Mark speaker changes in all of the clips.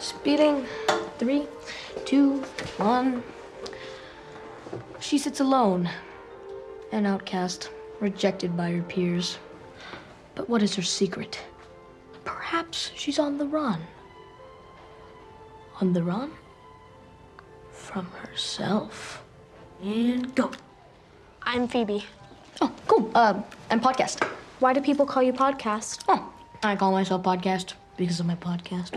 Speaker 1: Speeding. Three, two, one. She sits alone, an outcast, rejected by her peers. But what is her secret? Perhaps she's on the run. On the run? From herself. And go.
Speaker 2: I'm Phoebe.
Speaker 1: Oh, cool. Uh, and podcast.
Speaker 2: Why do people call you podcast?
Speaker 1: Oh, I call myself podcast because of my podcast.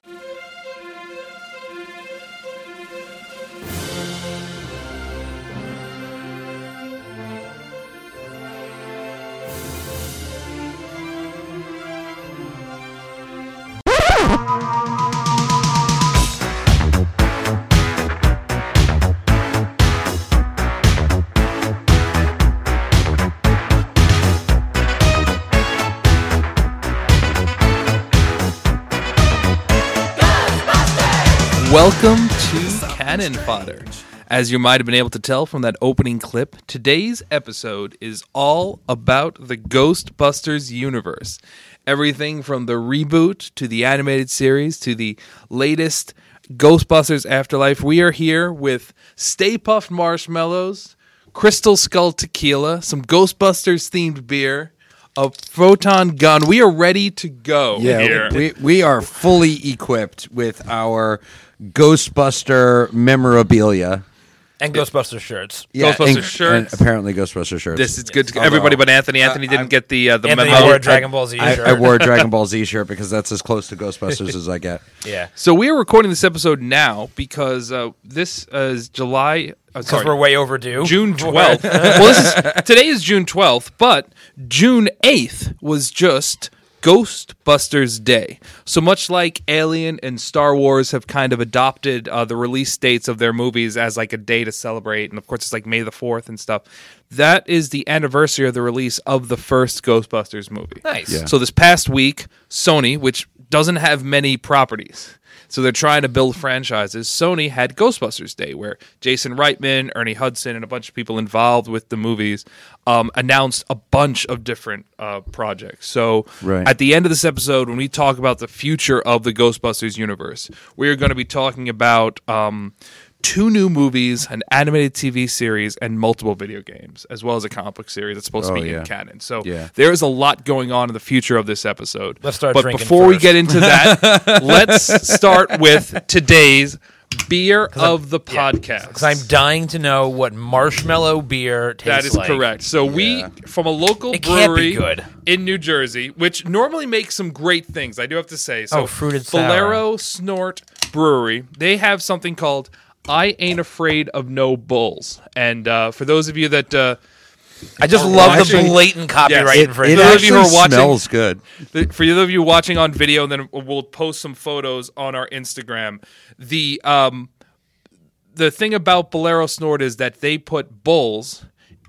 Speaker 3: Welcome to Cannon Fodder. As you might have been able to tell from that opening clip, today's episode is all about the Ghostbusters universe. Everything from the reboot to the animated series to the latest Ghostbusters Afterlife. We are here with Stay Puffed Marshmallows, Crystal Skull Tequila, some Ghostbusters themed beer, a photon gun. We are ready to go.
Speaker 4: Yeah,
Speaker 3: here.
Speaker 4: we, we are fully equipped with our Ghostbuster memorabilia.
Speaker 5: and Ghostbuster shirts.
Speaker 4: Yeah,
Speaker 3: Ghostbuster
Speaker 4: and-
Speaker 3: shirts.
Speaker 4: And apparently Ghostbuster shirts.
Speaker 3: This is good. To,
Speaker 4: Although,
Speaker 3: everybody but Anthony. Anthony didn't get the uh, the
Speaker 5: Anthony
Speaker 3: memo.
Speaker 5: wore a Dragon Ball Z
Speaker 4: I,
Speaker 5: shirt.
Speaker 4: I wore a Dragon Ball Z shirt because that's as close to Ghostbusters as I get.
Speaker 5: yeah,
Speaker 3: so we are recording this episode now because uh, this uh, is July. Uh,
Speaker 5: because
Speaker 3: sorry,
Speaker 5: we're way overdue.
Speaker 3: June twelfth. well, this is, today is June twelfth, but June eighth was just Ghostbusters Day. So much like Alien and Star Wars have kind of adopted uh, the release dates of their movies as like a day to celebrate, and of course it's like May the fourth and stuff. That is the anniversary of the release of the first Ghostbusters movie.
Speaker 5: Nice. Yeah.
Speaker 3: So this past week, Sony, which doesn't have many properties, so they're trying to build franchises. Sony had Ghostbusters Day, where Jason Reitman, Ernie Hudson, and a bunch of people involved with the movies um, announced a bunch of different uh, projects. So
Speaker 4: Right.
Speaker 3: at the end of this episode, when we talk about the future of the Ghostbusters universe, we are going to be talking about. Um, Two new movies, an animated TV series, and multiple video games, as well as a comic book series that's supposed
Speaker 4: Oh,
Speaker 3: to be
Speaker 4: yeah.
Speaker 3: in canon. So
Speaker 4: Yeah.
Speaker 3: there is a lot going on in the future of this episode.
Speaker 5: Let's start
Speaker 3: But
Speaker 5: drinking
Speaker 3: before we
Speaker 5: first.
Speaker 3: get into that, let's start with today's beer of the podcast.
Speaker 5: Because I'm dying to know what marshmallow beer tastes
Speaker 3: That is
Speaker 5: like.
Speaker 3: correct. So we from a local
Speaker 5: It can't
Speaker 3: brewery
Speaker 5: be good.
Speaker 3: in New Jersey, which normally makes some great things. I do have to say. So
Speaker 5: Oh, fruited sour.
Speaker 3: Bolero Snort Brewery. They have something called "I Ain't Afraid of No Bulls." And uh, for those of you that uh,
Speaker 5: I just
Speaker 3: Oh,
Speaker 5: love
Speaker 3: actually-
Speaker 5: the blatant copyright
Speaker 3: Yes.
Speaker 4: It, it
Speaker 5: infringement.
Speaker 3: those of you who
Speaker 4: actually
Speaker 3: are watching-
Speaker 4: smells good.
Speaker 3: The- for those of you watching on video, and then we'll post some photos on our Instagram. The um, the thing about Bolero Snort is that they put bulls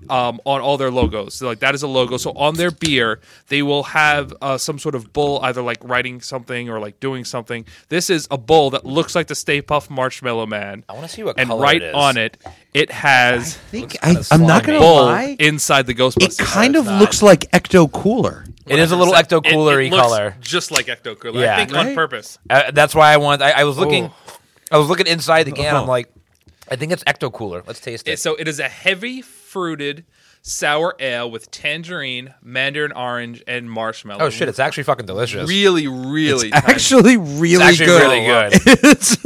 Speaker 3: um, on all their logos. So like that is a logo. So on their beer, they will have uh, some sort of bull, either like writing something or like doing something. This is a bull that looks like the Stay Puff Marshmallow Man. I
Speaker 5: wanna see what
Speaker 3: and
Speaker 5: color
Speaker 3: right
Speaker 5: it is.
Speaker 3: on it, it has
Speaker 4: I, I'm not going to
Speaker 3: bull
Speaker 4: lie.
Speaker 3: inside the Ghostbusters.
Speaker 4: It kind of looks like Ecto Cooler.
Speaker 5: it is a little ecto
Speaker 3: It- it
Speaker 5: coolery
Speaker 3: looks
Speaker 5: color.
Speaker 3: just like Ecto Cooler. I
Speaker 5: Yeah.
Speaker 3: think on
Speaker 4: Right?
Speaker 3: purpose.
Speaker 5: Uh, that's why I want. I, I was looking.
Speaker 3: Oh.
Speaker 5: I was looking inside the can. I'm like, I think it's ecto cooler. Let's taste
Speaker 3: It-
Speaker 5: it.
Speaker 3: so it is a heavy fruited sour ale with tangerine, mandarin orange, and marshmallow.
Speaker 5: oh shit! It's actually fucking delicious.
Speaker 3: really, really tiny.
Speaker 4: Actually, really
Speaker 5: it's actually
Speaker 4: good.
Speaker 5: really good.
Speaker 4: It's-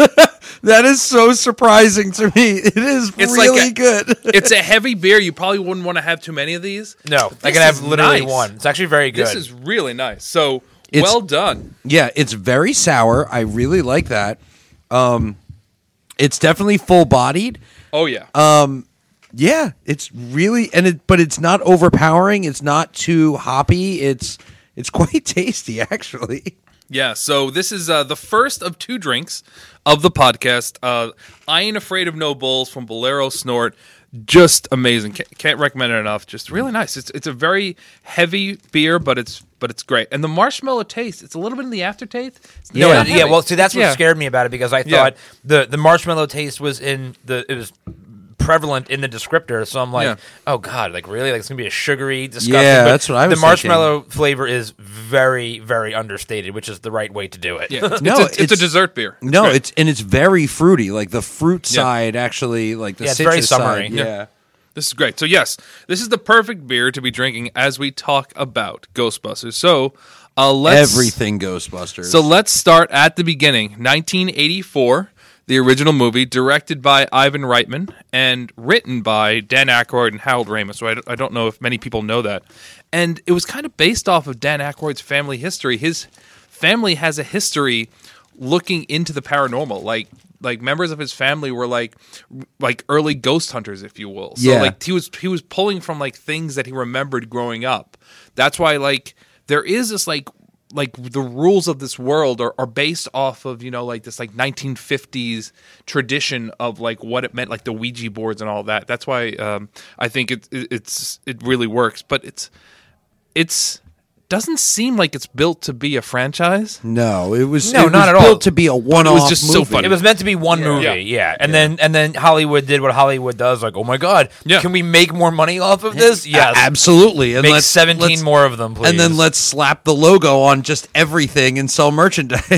Speaker 4: that is so surprising to me. It is
Speaker 3: It's like
Speaker 4: really
Speaker 3: a-
Speaker 4: good.
Speaker 3: It's a heavy beer. You probably wouldn't want to have too many of these.
Speaker 5: No,
Speaker 3: But
Speaker 5: I
Speaker 3: this
Speaker 5: can have
Speaker 3: is
Speaker 5: literally
Speaker 3: nice.
Speaker 5: one. It's actually very good.
Speaker 3: This is really nice. So
Speaker 4: It's-
Speaker 3: well done.
Speaker 4: Yeah, it's very sour. I really like that. Um, it's definitely full bodied.
Speaker 3: Oh yeah.
Speaker 4: Yeah, it's really and it, but it's not overpowering. It's not too hoppy. It's it's quite tasty actually.
Speaker 3: Yeah, so this is uh, the first of two drinks of the podcast. Uh, I ain't afraid of no bulls from Bolero Snort. Just amazing. Can't, can't recommend it enough. Just really nice. It's it's a very heavy beer, but it's but it's great. And the marshmallow taste. It's a little bit in the aftertaste. It's
Speaker 5: No,
Speaker 3: not
Speaker 5: yeah, yeah,
Speaker 3: heavy.
Speaker 5: well, see, that's what
Speaker 3: Yeah.
Speaker 5: scared me about it because I
Speaker 3: Yeah.
Speaker 5: thought the the marshmallow taste was in the it was prevalent in the descriptor. So I'm like,
Speaker 3: Yeah.
Speaker 5: oh god, like really, like it's gonna be a sugary, disgusting.
Speaker 4: Yeah,
Speaker 5: but
Speaker 4: that's what I was
Speaker 5: The
Speaker 4: thinking.
Speaker 5: marshmallow flavor is very, very understated, which is the right way to do it.
Speaker 3: Yeah, it's,
Speaker 4: No,
Speaker 3: it's, a, it's, a
Speaker 4: it's-
Speaker 3: dessert beer.
Speaker 4: no,
Speaker 3: great.
Speaker 4: it's and it's very fruity. Like the fruit
Speaker 3: Yeah.
Speaker 4: side, actually, like the
Speaker 5: Yeah, it's
Speaker 4: citrus
Speaker 5: very summery.
Speaker 4: side.
Speaker 5: Yeah.
Speaker 4: Yeah.
Speaker 3: This is great. So yes, this is the perfect beer to be drinking as we talk about Ghostbusters. So uh, let's
Speaker 4: everything Ghostbusters.
Speaker 3: So let's start at the beginning. 1984, the original movie, directed by Ivan Reitman and written by Dan Aykroyd and Harold Ramis. So I don't, I don't know if many people know that. And it was kind of based off of Dan Aykroyd's family history. His family has a history looking into the paranormal, like like members of his family were like like early ghost hunters if you will so
Speaker 4: Yeah.
Speaker 3: like he was he was pulling from like things that he remembered growing up that's why like there is this like like the rules of this world are, are based off of you know like this like 1950s tradition of like what it meant like the ouija boards and all that that's why um i think it, it it's it really works but it's it's doesn't seem like it's built to be a franchise
Speaker 4: no, it was
Speaker 5: No,
Speaker 4: it
Speaker 5: not
Speaker 4: was
Speaker 5: at all.
Speaker 4: built To be a one-off,
Speaker 3: just so
Speaker 4: movie.
Speaker 3: funny.
Speaker 5: It was meant to be one movie,
Speaker 3: Yeah.
Speaker 5: yeah. And then and then Hollywood did what Hollywood does, like, oh my god,
Speaker 3: Yeah.
Speaker 5: can we make more money off of this? Yes.
Speaker 4: A- absolutely. And
Speaker 5: Make
Speaker 4: let's-
Speaker 5: 17
Speaker 4: let's-
Speaker 5: more of them, please.
Speaker 4: And then let's slap the logo on just everything and sell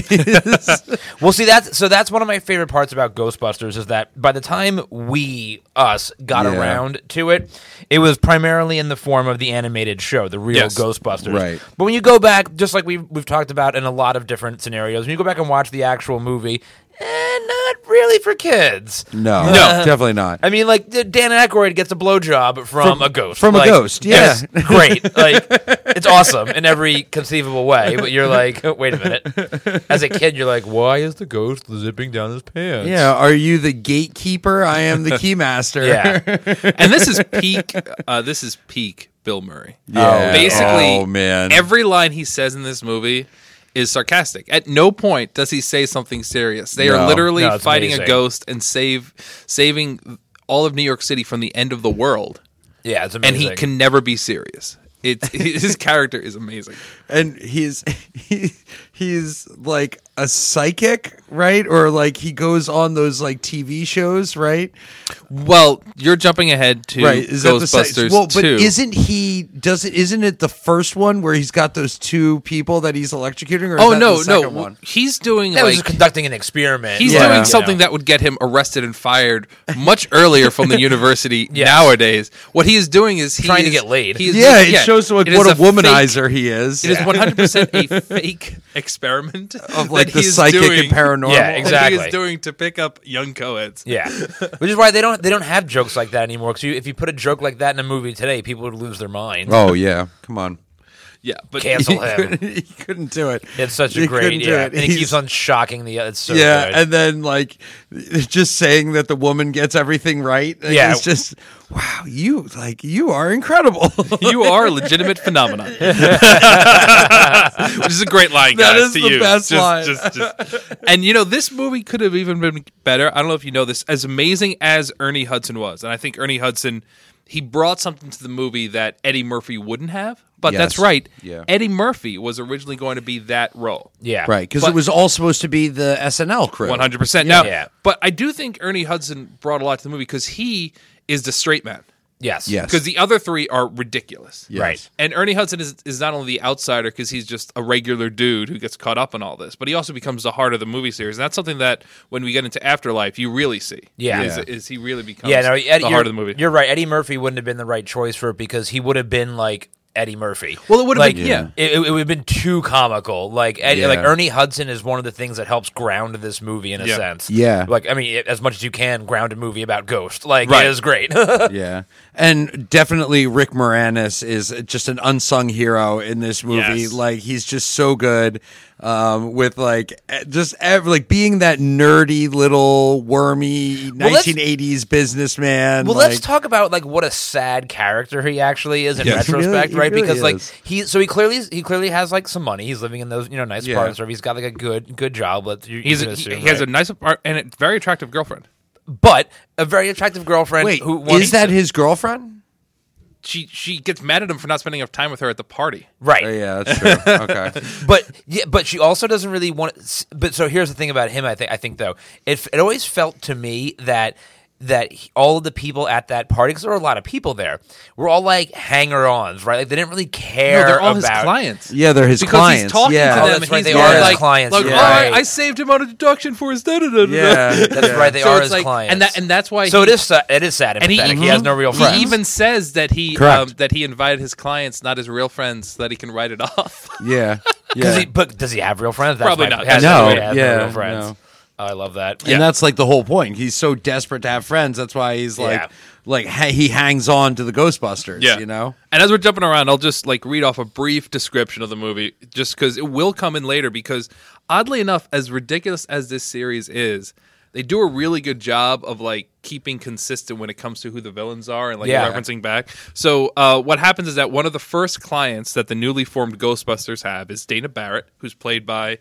Speaker 4: merchandise.
Speaker 5: Well, see that's so that's one of my favorite parts about Ghostbusters is that by the time we us got
Speaker 4: Yeah.
Speaker 5: around to it, it was primarily in the form of the animated show, the real
Speaker 3: Yes.
Speaker 5: Ghostbusters.
Speaker 4: Right.
Speaker 5: But when you go back, just like we've we've talked about in a lot of different scenarios, when you go back and watch the actual movie, eh, not really for kids.
Speaker 4: no,
Speaker 3: No.
Speaker 4: definitely not.
Speaker 5: I mean, like D- Dan Aykroyd gets a blowjob from,
Speaker 4: From-
Speaker 5: a ghost.
Speaker 4: from a
Speaker 5: Like,
Speaker 4: ghost, yeah.
Speaker 5: it's great. Like it's awesome in every conceivable way. But you're like, oh, wait a minute. As a kid, you're like, why is the ghost zipping down his pants?
Speaker 4: Yeah, are you the gatekeeper? I am the keymaster.
Speaker 5: yeah.
Speaker 3: and this is peak. Uh, this is peak Bill Murray.
Speaker 4: Yeah.
Speaker 3: basically,
Speaker 4: Oh, man.
Speaker 3: every line he says in this movie is sarcastic. At no point does he say something serious. They are
Speaker 4: No.
Speaker 3: literally
Speaker 5: No, it's
Speaker 3: fighting a
Speaker 5: amazing.
Speaker 3: ghost and save saving all of New York City from the end of the world,
Speaker 5: Yeah, it's
Speaker 3: and
Speaker 5: amazing.
Speaker 3: he can never be serious. It's his character is amazing.
Speaker 4: and he's he, he's like a psychic, right? Or like he goes on those like TV shows, right?
Speaker 3: Well, you're jumping ahead to
Speaker 4: right? the
Speaker 3: Ghostbusters
Speaker 4: psych- well? But
Speaker 3: 2.
Speaker 4: isn't he doesn't isn't it the first one where he's got those two people that he's electrocuting? Or is
Speaker 3: oh
Speaker 4: that
Speaker 3: no,
Speaker 4: the second
Speaker 3: no,
Speaker 4: one?
Speaker 3: he's doing
Speaker 5: that
Speaker 3: like
Speaker 5: was just conducting an experiment.
Speaker 3: He's
Speaker 5: like,
Speaker 4: Yeah.
Speaker 5: you know.
Speaker 3: doing something that would get him arrested and fired much earlier from the university
Speaker 5: Yes.
Speaker 3: nowadays. What he is doing is he
Speaker 5: Trying to
Speaker 3: is-
Speaker 5: get laid.
Speaker 3: he is-
Speaker 4: Yeah, it shows what,
Speaker 3: it is
Speaker 4: what a
Speaker 3: fake-
Speaker 4: womanizer he is.
Speaker 3: It is one hundred percent a fake experiment
Speaker 4: of like
Speaker 3: that
Speaker 4: the
Speaker 3: he is
Speaker 4: psychic
Speaker 3: doing,
Speaker 4: and paranormal.
Speaker 5: Yeah, ex-
Speaker 3: That he
Speaker 5: Exactly.
Speaker 3: is doing to pick up young co-eds.
Speaker 5: Yeah, which is why they don't they don't have jokes like that anymore. Because if you put a joke like that in a movie today, people would lose their minds.
Speaker 4: Oh yeah, come on.
Speaker 3: Yeah, but
Speaker 5: Cancel him.
Speaker 4: he couldn't do it.
Speaker 5: It's such a
Speaker 4: He couldn't
Speaker 5: great.
Speaker 4: do
Speaker 5: Yeah,
Speaker 4: it.
Speaker 5: and he
Speaker 4: He's-
Speaker 5: keeps on shocking the. It's so
Speaker 4: yeah,
Speaker 5: good.
Speaker 4: and then like just saying that the woman gets everything right. Like,
Speaker 5: Yeah.
Speaker 4: it's just wow. You like you are incredible.
Speaker 3: you are a legitimate phenomenon, which is a great line,
Speaker 4: That
Speaker 3: guys.
Speaker 4: is
Speaker 3: to
Speaker 4: the
Speaker 3: use.
Speaker 4: best
Speaker 3: Just-
Speaker 4: line.
Speaker 3: just- just- And you know, this movie could have even been better. I don't know if you know this. As amazing as Ernie Hudson was, and I think Ernie Hudson, he brought something to the movie that Eddie Murphy wouldn't have. But that's
Speaker 4: Yes.
Speaker 3: right.
Speaker 4: Yeah.
Speaker 3: Eddie Murphy was originally going to be that role.
Speaker 5: yeah,
Speaker 4: because
Speaker 3: But-
Speaker 4: was all supposed to be the SNL crew.
Speaker 3: One hundred percent. Now,
Speaker 5: Yeah.
Speaker 3: but I do think Ernie Hudson brought a lot to the movie because he is the straight man.
Speaker 5: Yes.
Speaker 4: Yes.
Speaker 3: Because the other three are ridiculous.
Speaker 4: Yes.
Speaker 5: Right.
Speaker 3: And Ernie Hudson is, is not only the outsider because he's just a regular dude who gets caught up in all this, but he also becomes the heart of the movie series. And that's something that when we get into Afterlife, you really see.
Speaker 5: Yeah.
Speaker 3: Is,
Speaker 5: Yeah.
Speaker 3: is he really becomes
Speaker 5: Yeah, no, Eddie,
Speaker 3: the
Speaker 5: you're-
Speaker 3: heart of the movie.
Speaker 5: You're right. Eddie Murphy wouldn't have been the right choice for it because he would have been like Eddie Murphy.
Speaker 3: Well, it would have
Speaker 5: like,
Speaker 3: been- yeah.
Speaker 5: It, it would have been too comical. Like Eddie,
Speaker 4: Yeah.
Speaker 5: like Ernie Hudson is one of the things that helps ground this movie in a
Speaker 3: Yeah.
Speaker 5: sense.
Speaker 4: Yeah.
Speaker 5: Like I mean, as much as you can ground a movie about Ghost, like
Speaker 3: Right.
Speaker 5: it is great.
Speaker 4: yeah, and definitely Rick Moranis is just an unsung hero in this movie.
Speaker 3: Yes.
Speaker 4: Like he's just so good um, with like eh, just ev- like being that nerdy little wormy
Speaker 5: Well, let's-
Speaker 4: 1980s businessman.
Speaker 5: Well,
Speaker 4: like,
Speaker 5: let's talk about like what a sad character he actually is in
Speaker 4: Yes. He really-
Speaker 5: retrospect,
Speaker 4: he really
Speaker 5: right? because
Speaker 4: is.
Speaker 5: like he, so he clearly he clearly has like some money. He's living in those you know nice
Speaker 4: Yeah.
Speaker 5: apartments. Or he's got like a good good job. Let's you,
Speaker 3: He's a,
Speaker 5: you can
Speaker 3: he,
Speaker 5: assume,
Speaker 3: he has a
Speaker 5: right?
Speaker 3: nice apart- and a very attractive girlfriend.
Speaker 5: but a very attractive girlfriend.
Speaker 4: Wait,
Speaker 5: who wants
Speaker 4: is that his girlfriend?
Speaker 3: She she gets mad at him for not spending enough time with her at the party.
Speaker 5: right?
Speaker 4: Oh, yeah, that's true. okay.
Speaker 5: but yeah, but she also doesn't really want. But so here's the thing about him. I think I think though it it always felt to me that that he- all of the people at that party, because there were a lot of people there, were all like hanger-ons, right? Like they didn't really care.
Speaker 3: No, they're all his
Speaker 5: about,
Speaker 3: clients.
Speaker 4: Yeah, they're his
Speaker 3: because
Speaker 4: clients.
Speaker 3: he's talking
Speaker 4: yeah.
Speaker 5: Oh,
Speaker 3: to them.
Speaker 5: that's right,
Speaker 3: and
Speaker 5: they
Speaker 3: he's
Speaker 4: are his
Speaker 3: like,
Speaker 5: clients,
Speaker 3: Like,
Speaker 5: you're
Speaker 3: all right,
Speaker 5: right.
Speaker 3: I saved him on a deduction for his da da da da.
Speaker 4: Yeah.
Speaker 5: That's right. They
Speaker 3: so
Speaker 5: are
Speaker 3: it's
Speaker 5: his
Speaker 3: like,
Speaker 5: clients,
Speaker 3: and that and that's why.
Speaker 5: so
Speaker 3: he,
Speaker 5: it is. sa- It is sad and,
Speaker 3: And
Speaker 5: pathetic. He, has no real friends.
Speaker 3: He even says that he
Speaker 4: Correct.
Speaker 3: um, that he invited his clients, not his real friends, so that he can write it off.
Speaker 4: Yeah.
Speaker 5: Does
Speaker 4: Yeah.
Speaker 5: he, but does he have real friends? That's
Speaker 3: Probably
Speaker 5: my-
Speaker 3: not.
Speaker 5: Has
Speaker 4: No,
Speaker 5: he has
Speaker 4: yeah,
Speaker 5: real friends.
Speaker 4: no.
Speaker 5: Oh, I love that.
Speaker 3: Yeah.
Speaker 4: And that's like the whole point. He's so desperate to have friends. That's why he's like,
Speaker 5: Yeah.
Speaker 4: like ha- he hangs on to the Ghostbusters. You know.
Speaker 3: And as we're jumping around, I'll just like read off a brief description of the movie, just because it will come in later. Because oddly enough, as ridiculous as this series is, they do a really good job of like keeping consistent when it comes to who the villains are and like
Speaker 5: Yeah.
Speaker 3: referencing back. So uh, what happens is that one of the first clients that the newly formed Ghostbusters have is Dana Barrett, who's played by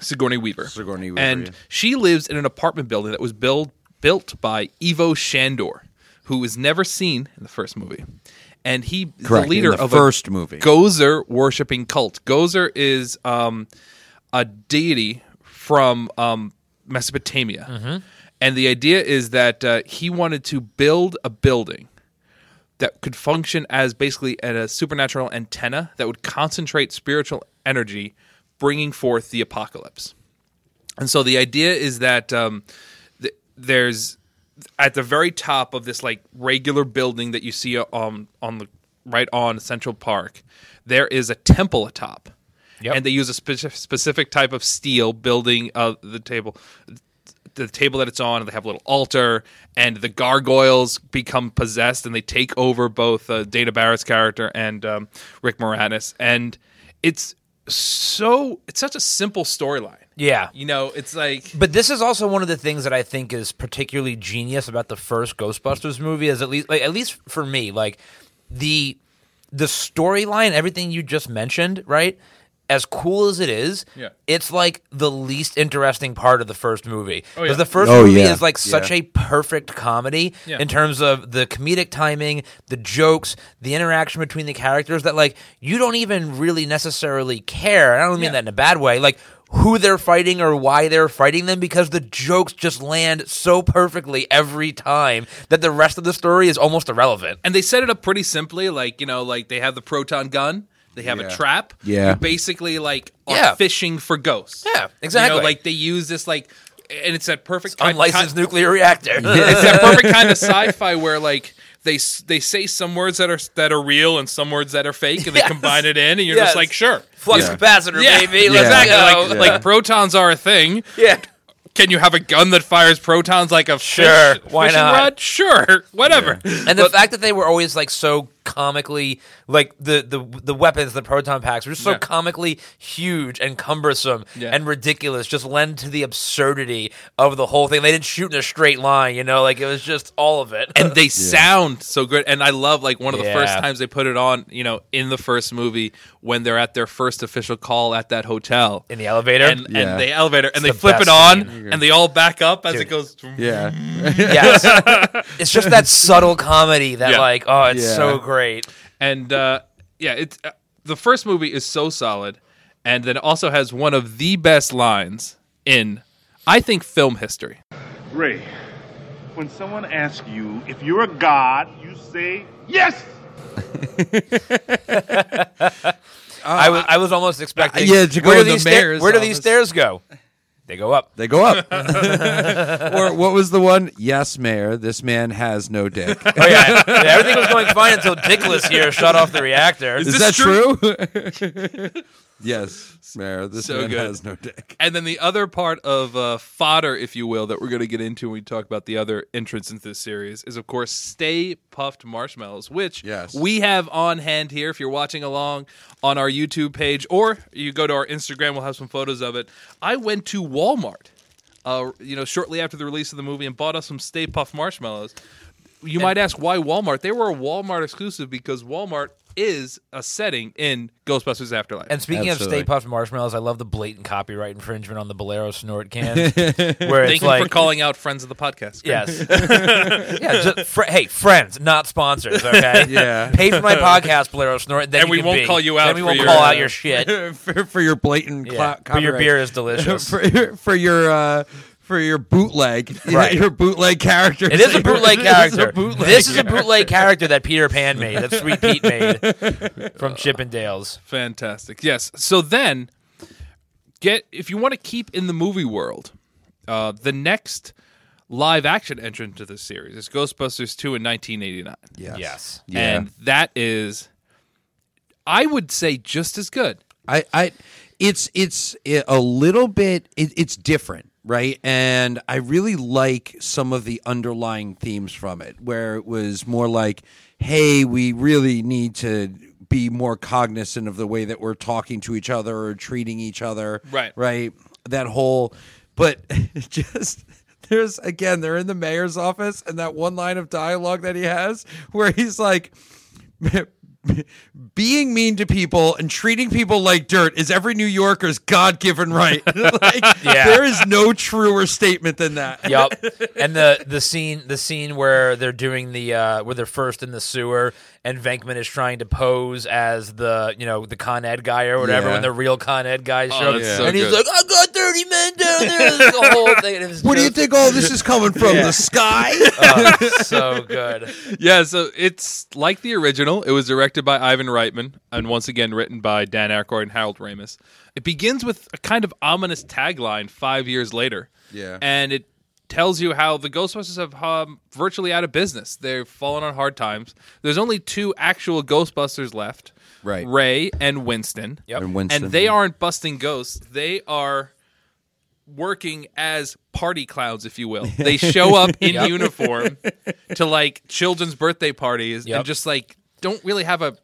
Speaker 3: Sigourney Weaver.
Speaker 4: Sigourney Weaver,
Speaker 3: And
Speaker 4: yeah.
Speaker 3: she lives in an apartment building that was built built by Evo Shandor, who was never seen in the first movie. And he is
Speaker 4: Correct,
Speaker 3: the
Speaker 4: in
Speaker 3: leader
Speaker 4: the
Speaker 3: of
Speaker 4: first
Speaker 3: a
Speaker 4: movie.
Speaker 3: Gozer worshipping cult. Gozer is um, a deity from um, Mesopotamia.
Speaker 4: Mm-hmm.
Speaker 3: And the idea is that uh, he wanted to build a building that could function as basically at a supernatural antenna that would concentrate spiritual energy, bringing forth the apocalypse. And so the idea is that um, th- there's at the very top of this like regular building that you see um, on the right on Central Park, there is a temple atop,
Speaker 5: Yep.
Speaker 3: and they use a speci- specific type of steel building uh, the table. The table that it's on, and they have a little altar, and the gargoyles become possessed, and they take over both uh, Dana Barrett's character and um, Rick Moranis, and it's so it's such a simple storyline.
Speaker 5: Yeah.
Speaker 3: You know, it's like
Speaker 5: But this is also one of the things that I think is particularly genius about the first Ghostbusters movie is at least like at least for me like the the storyline everything you just mentioned right as cool as it is
Speaker 3: Yeah.
Speaker 5: it's like the least interesting part of the first movie because
Speaker 3: yeah.
Speaker 5: the first
Speaker 4: Oh,
Speaker 5: movie
Speaker 4: yeah.
Speaker 5: is like such
Speaker 4: Yeah.
Speaker 5: a perfect comedy
Speaker 3: Yeah.
Speaker 5: in terms of the comedic timing the jokes the interaction between the characters that like you don't even really necessarily care I don't mean
Speaker 3: Yeah.
Speaker 5: that in a bad way like who they're fighting or why they're fighting them because the jokes just land so perfectly every time that the rest of the story is almost irrelevant.
Speaker 3: and they set it up pretty simply, like, you know, like they have the proton gun, they have a
Speaker 4: Yeah.
Speaker 3: trap.
Speaker 4: Yeah.
Speaker 3: You basically like are
Speaker 5: Yeah.
Speaker 3: fishing for ghosts.
Speaker 5: Yeah, exactly.
Speaker 3: You know, like they use this like and it's that perfect kind-
Speaker 5: Unlicensed
Speaker 3: kind-
Speaker 5: nuclear reactor.
Speaker 3: it's that perfect kind of sci-fi where like they s- they say some words that are that are real and some words that are fake and they
Speaker 5: Yes.
Speaker 3: combine it in and you're
Speaker 5: Yes.
Speaker 3: just like sure
Speaker 5: Flux
Speaker 4: Yeah.
Speaker 5: capacitor, baby. Let's
Speaker 3: exactly
Speaker 5: go.
Speaker 3: like, like protons are a thing
Speaker 5: yeah.
Speaker 3: can you have a gun that fires protons like a
Speaker 5: Sure,
Speaker 3: fish,
Speaker 5: why
Speaker 3: fishing
Speaker 5: not?
Speaker 3: rod sure whatever
Speaker 5: And the fact that they were always like so comically like the the the weapons, the proton packs were just so
Speaker 3: Yeah.
Speaker 5: comically huge and cumbersome
Speaker 3: Yeah.
Speaker 5: and ridiculous, just lend to the absurdity of the whole thing. They didn't shoot in a straight line, you know, like it was just all of it.
Speaker 3: and they sound so good. And I love like one of the first
Speaker 5: Yeah.
Speaker 3: times they put it on, you know, in the first movie when they're at their first official call at that hotel.
Speaker 5: in the elevator.
Speaker 3: And,
Speaker 4: Yeah.
Speaker 3: and the elevator, and they
Speaker 5: the
Speaker 3: flip
Speaker 5: best
Speaker 3: it on,
Speaker 5: scene.
Speaker 3: and they all back up as
Speaker 5: Dude.
Speaker 3: it goes.
Speaker 4: Yeah.
Speaker 5: Mm. yes. it's just that subtle comedy that
Speaker 3: Yeah.
Speaker 5: like, oh, it's
Speaker 4: Yeah.
Speaker 5: so great.
Speaker 3: And uh, yeah, it's uh, the first movie is so solid, and then it also has one of the best lines in, I think, film history.
Speaker 6: Ray, when someone asks you if you're a god, you say yes.
Speaker 5: I was I was almost expecting
Speaker 4: Uh, yeah, to go
Speaker 5: where do
Speaker 4: in the
Speaker 5: these sta-
Speaker 4: mayor's
Speaker 5: Where do these
Speaker 4: office.
Speaker 5: stairs go? They go up.
Speaker 4: They go up. or what was the one? Yes, Mayor. This man has no dick.
Speaker 5: Oh yeah. Yeah, Everything was going fine until Dickless here shut off the reactor.
Speaker 4: Is
Speaker 3: this
Speaker 4: that
Speaker 3: true?
Speaker 4: true? yes, Mayor. This
Speaker 3: So
Speaker 4: man
Speaker 3: good.
Speaker 4: has no dick.
Speaker 3: And then the other part of uh, fodder, if you will, that we're going to get into when we talk about the other entrance into this series is, of course, Stay Puffed Marshmallows, which
Speaker 4: Yes.
Speaker 3: we have on hand here. If you're watching along on our YouTube page or you go to our Instagram, we'll have some photos of it. I went to Walmart, uh, you know, shortly after the release of the movie and bought us some Stay Puffed Marshmallows. You might ask why Walmart? They were a Walmart exclusive because Walmart is a setting in Ghostbusters Afterlife.
Speaker 5: And speaking
Speaker 4: Absolutely.
Speaker 5: of Stay Puft Marshmallows, I love the blatant copyright infringement on the Bolero snort cans. where
Speaker 3: Thank
Speaker 5: it's
Speaker 3: you
Speaker 5: like,
Speaker 3: for calling out friends of the podcast.
Speaker 5: Yes. yeah. Just, fr- hey, friends, not sponsors. Okay.
Speaker 4: Yeah.
Speaker 5: Pay for my podcast, Bolero snort. Then
Speaker 3: And
Speaker 5: you
Speaker 3: we
Speaker 5: can
Speaker 3: won't
Speaker 5: be.
Speaker 3: call you out
Speaker 5: Then we
Speaker 3: for
Speaker 5: won't
Speaker 3: your- uh,
Speaker 5: call out your shit.
Speaker 4: for, for your blatant
Speaker 5: Yeah.
Speaker 4: cla-
Speaker 5: But your
Speaker 4: copyright.
Speaker 5: beer is delicious.
Speaker 4: for, for your uh, for your bootleg,
Speaker 5: Right.
Speaker 4: your bootleg character.
Speaker 5: It is a bootleg character.
Speaker 4: bootleg
Speaker 5: this is a bootleg character that Peter Pan made, that Sweet Pete made from Chippendales.
Speaker 3: Fantastic. Yes. So then, get if you want to keep in the movie world, uh, the next live action entrant to this series is Ghostbusters 2 in 1989.
Speaker 4: Yes.
Speaker 5: Yes.
Speaker 4: Yeah.
Speaker 3: And that is, I would say, just as good.
Speaker 4: I, I, it's it's eh, a little bit. It, it's different, right? And I really like some of the underlying themes from it, where it was more like, "Hey, we really need to be more cognizant of the way that we're talking to each other or treating each other."
Speaker 3: Right.
Speaker 4: Right. That whole, but just. There's again, they're in the mayor's office, and that one line of dialogue that he has where he's like, being mean to people and treating people like dirt is every New Yorker's God given right. like,
Speaker 5: Yeah.
Speaker 4: There is no truer statement than that.
Speaker 5: Yep. And the the scene the scene where they're doing the uh, where they're first in the sewer and Venkman is trying to pose as the you know the Con Ed guy or whatever
Speaker 4: Yeah.
Speaker 5: when the real Con Ed guy shows up
Speaker 3: that's Oh, so
Speaker 5: and he's
Speaker 3: good.
Speaker 5: like I got thirty men down there It's the whole thing. and it was
Speaker 4: Where do you
Speaker 5: just-
Speaker 4: think all this is coming from? The sky?
Speaker 5: Oh, so good.
Speaker 3: Yeah, so it's like the original. It was directed by Ivan Reitman and once again written by Dan Aykroyd and Harold Ramis. It begins with a kind of ominous tagline five years later.
Speaker 4: Yeah.
Speaker 3: And it tells you how the Ghostbusters have um, virtually out of business. They've fallen on hard times. There's only two actual Ghostbusters left
Speaker 4: Right.
Speaker 3: Ray and Winston.
Speaker 5: Yep.
Speaker 4: And Winston.
Speaker 3: And they aren't busting ghosts, they are working as party clowns, if you will. They show up in
Speaker 5: Yep.
Speaker 3: uniform to like children's birthday parties
Speaker 5: Yep.
Speaker 3: and just like don't really have a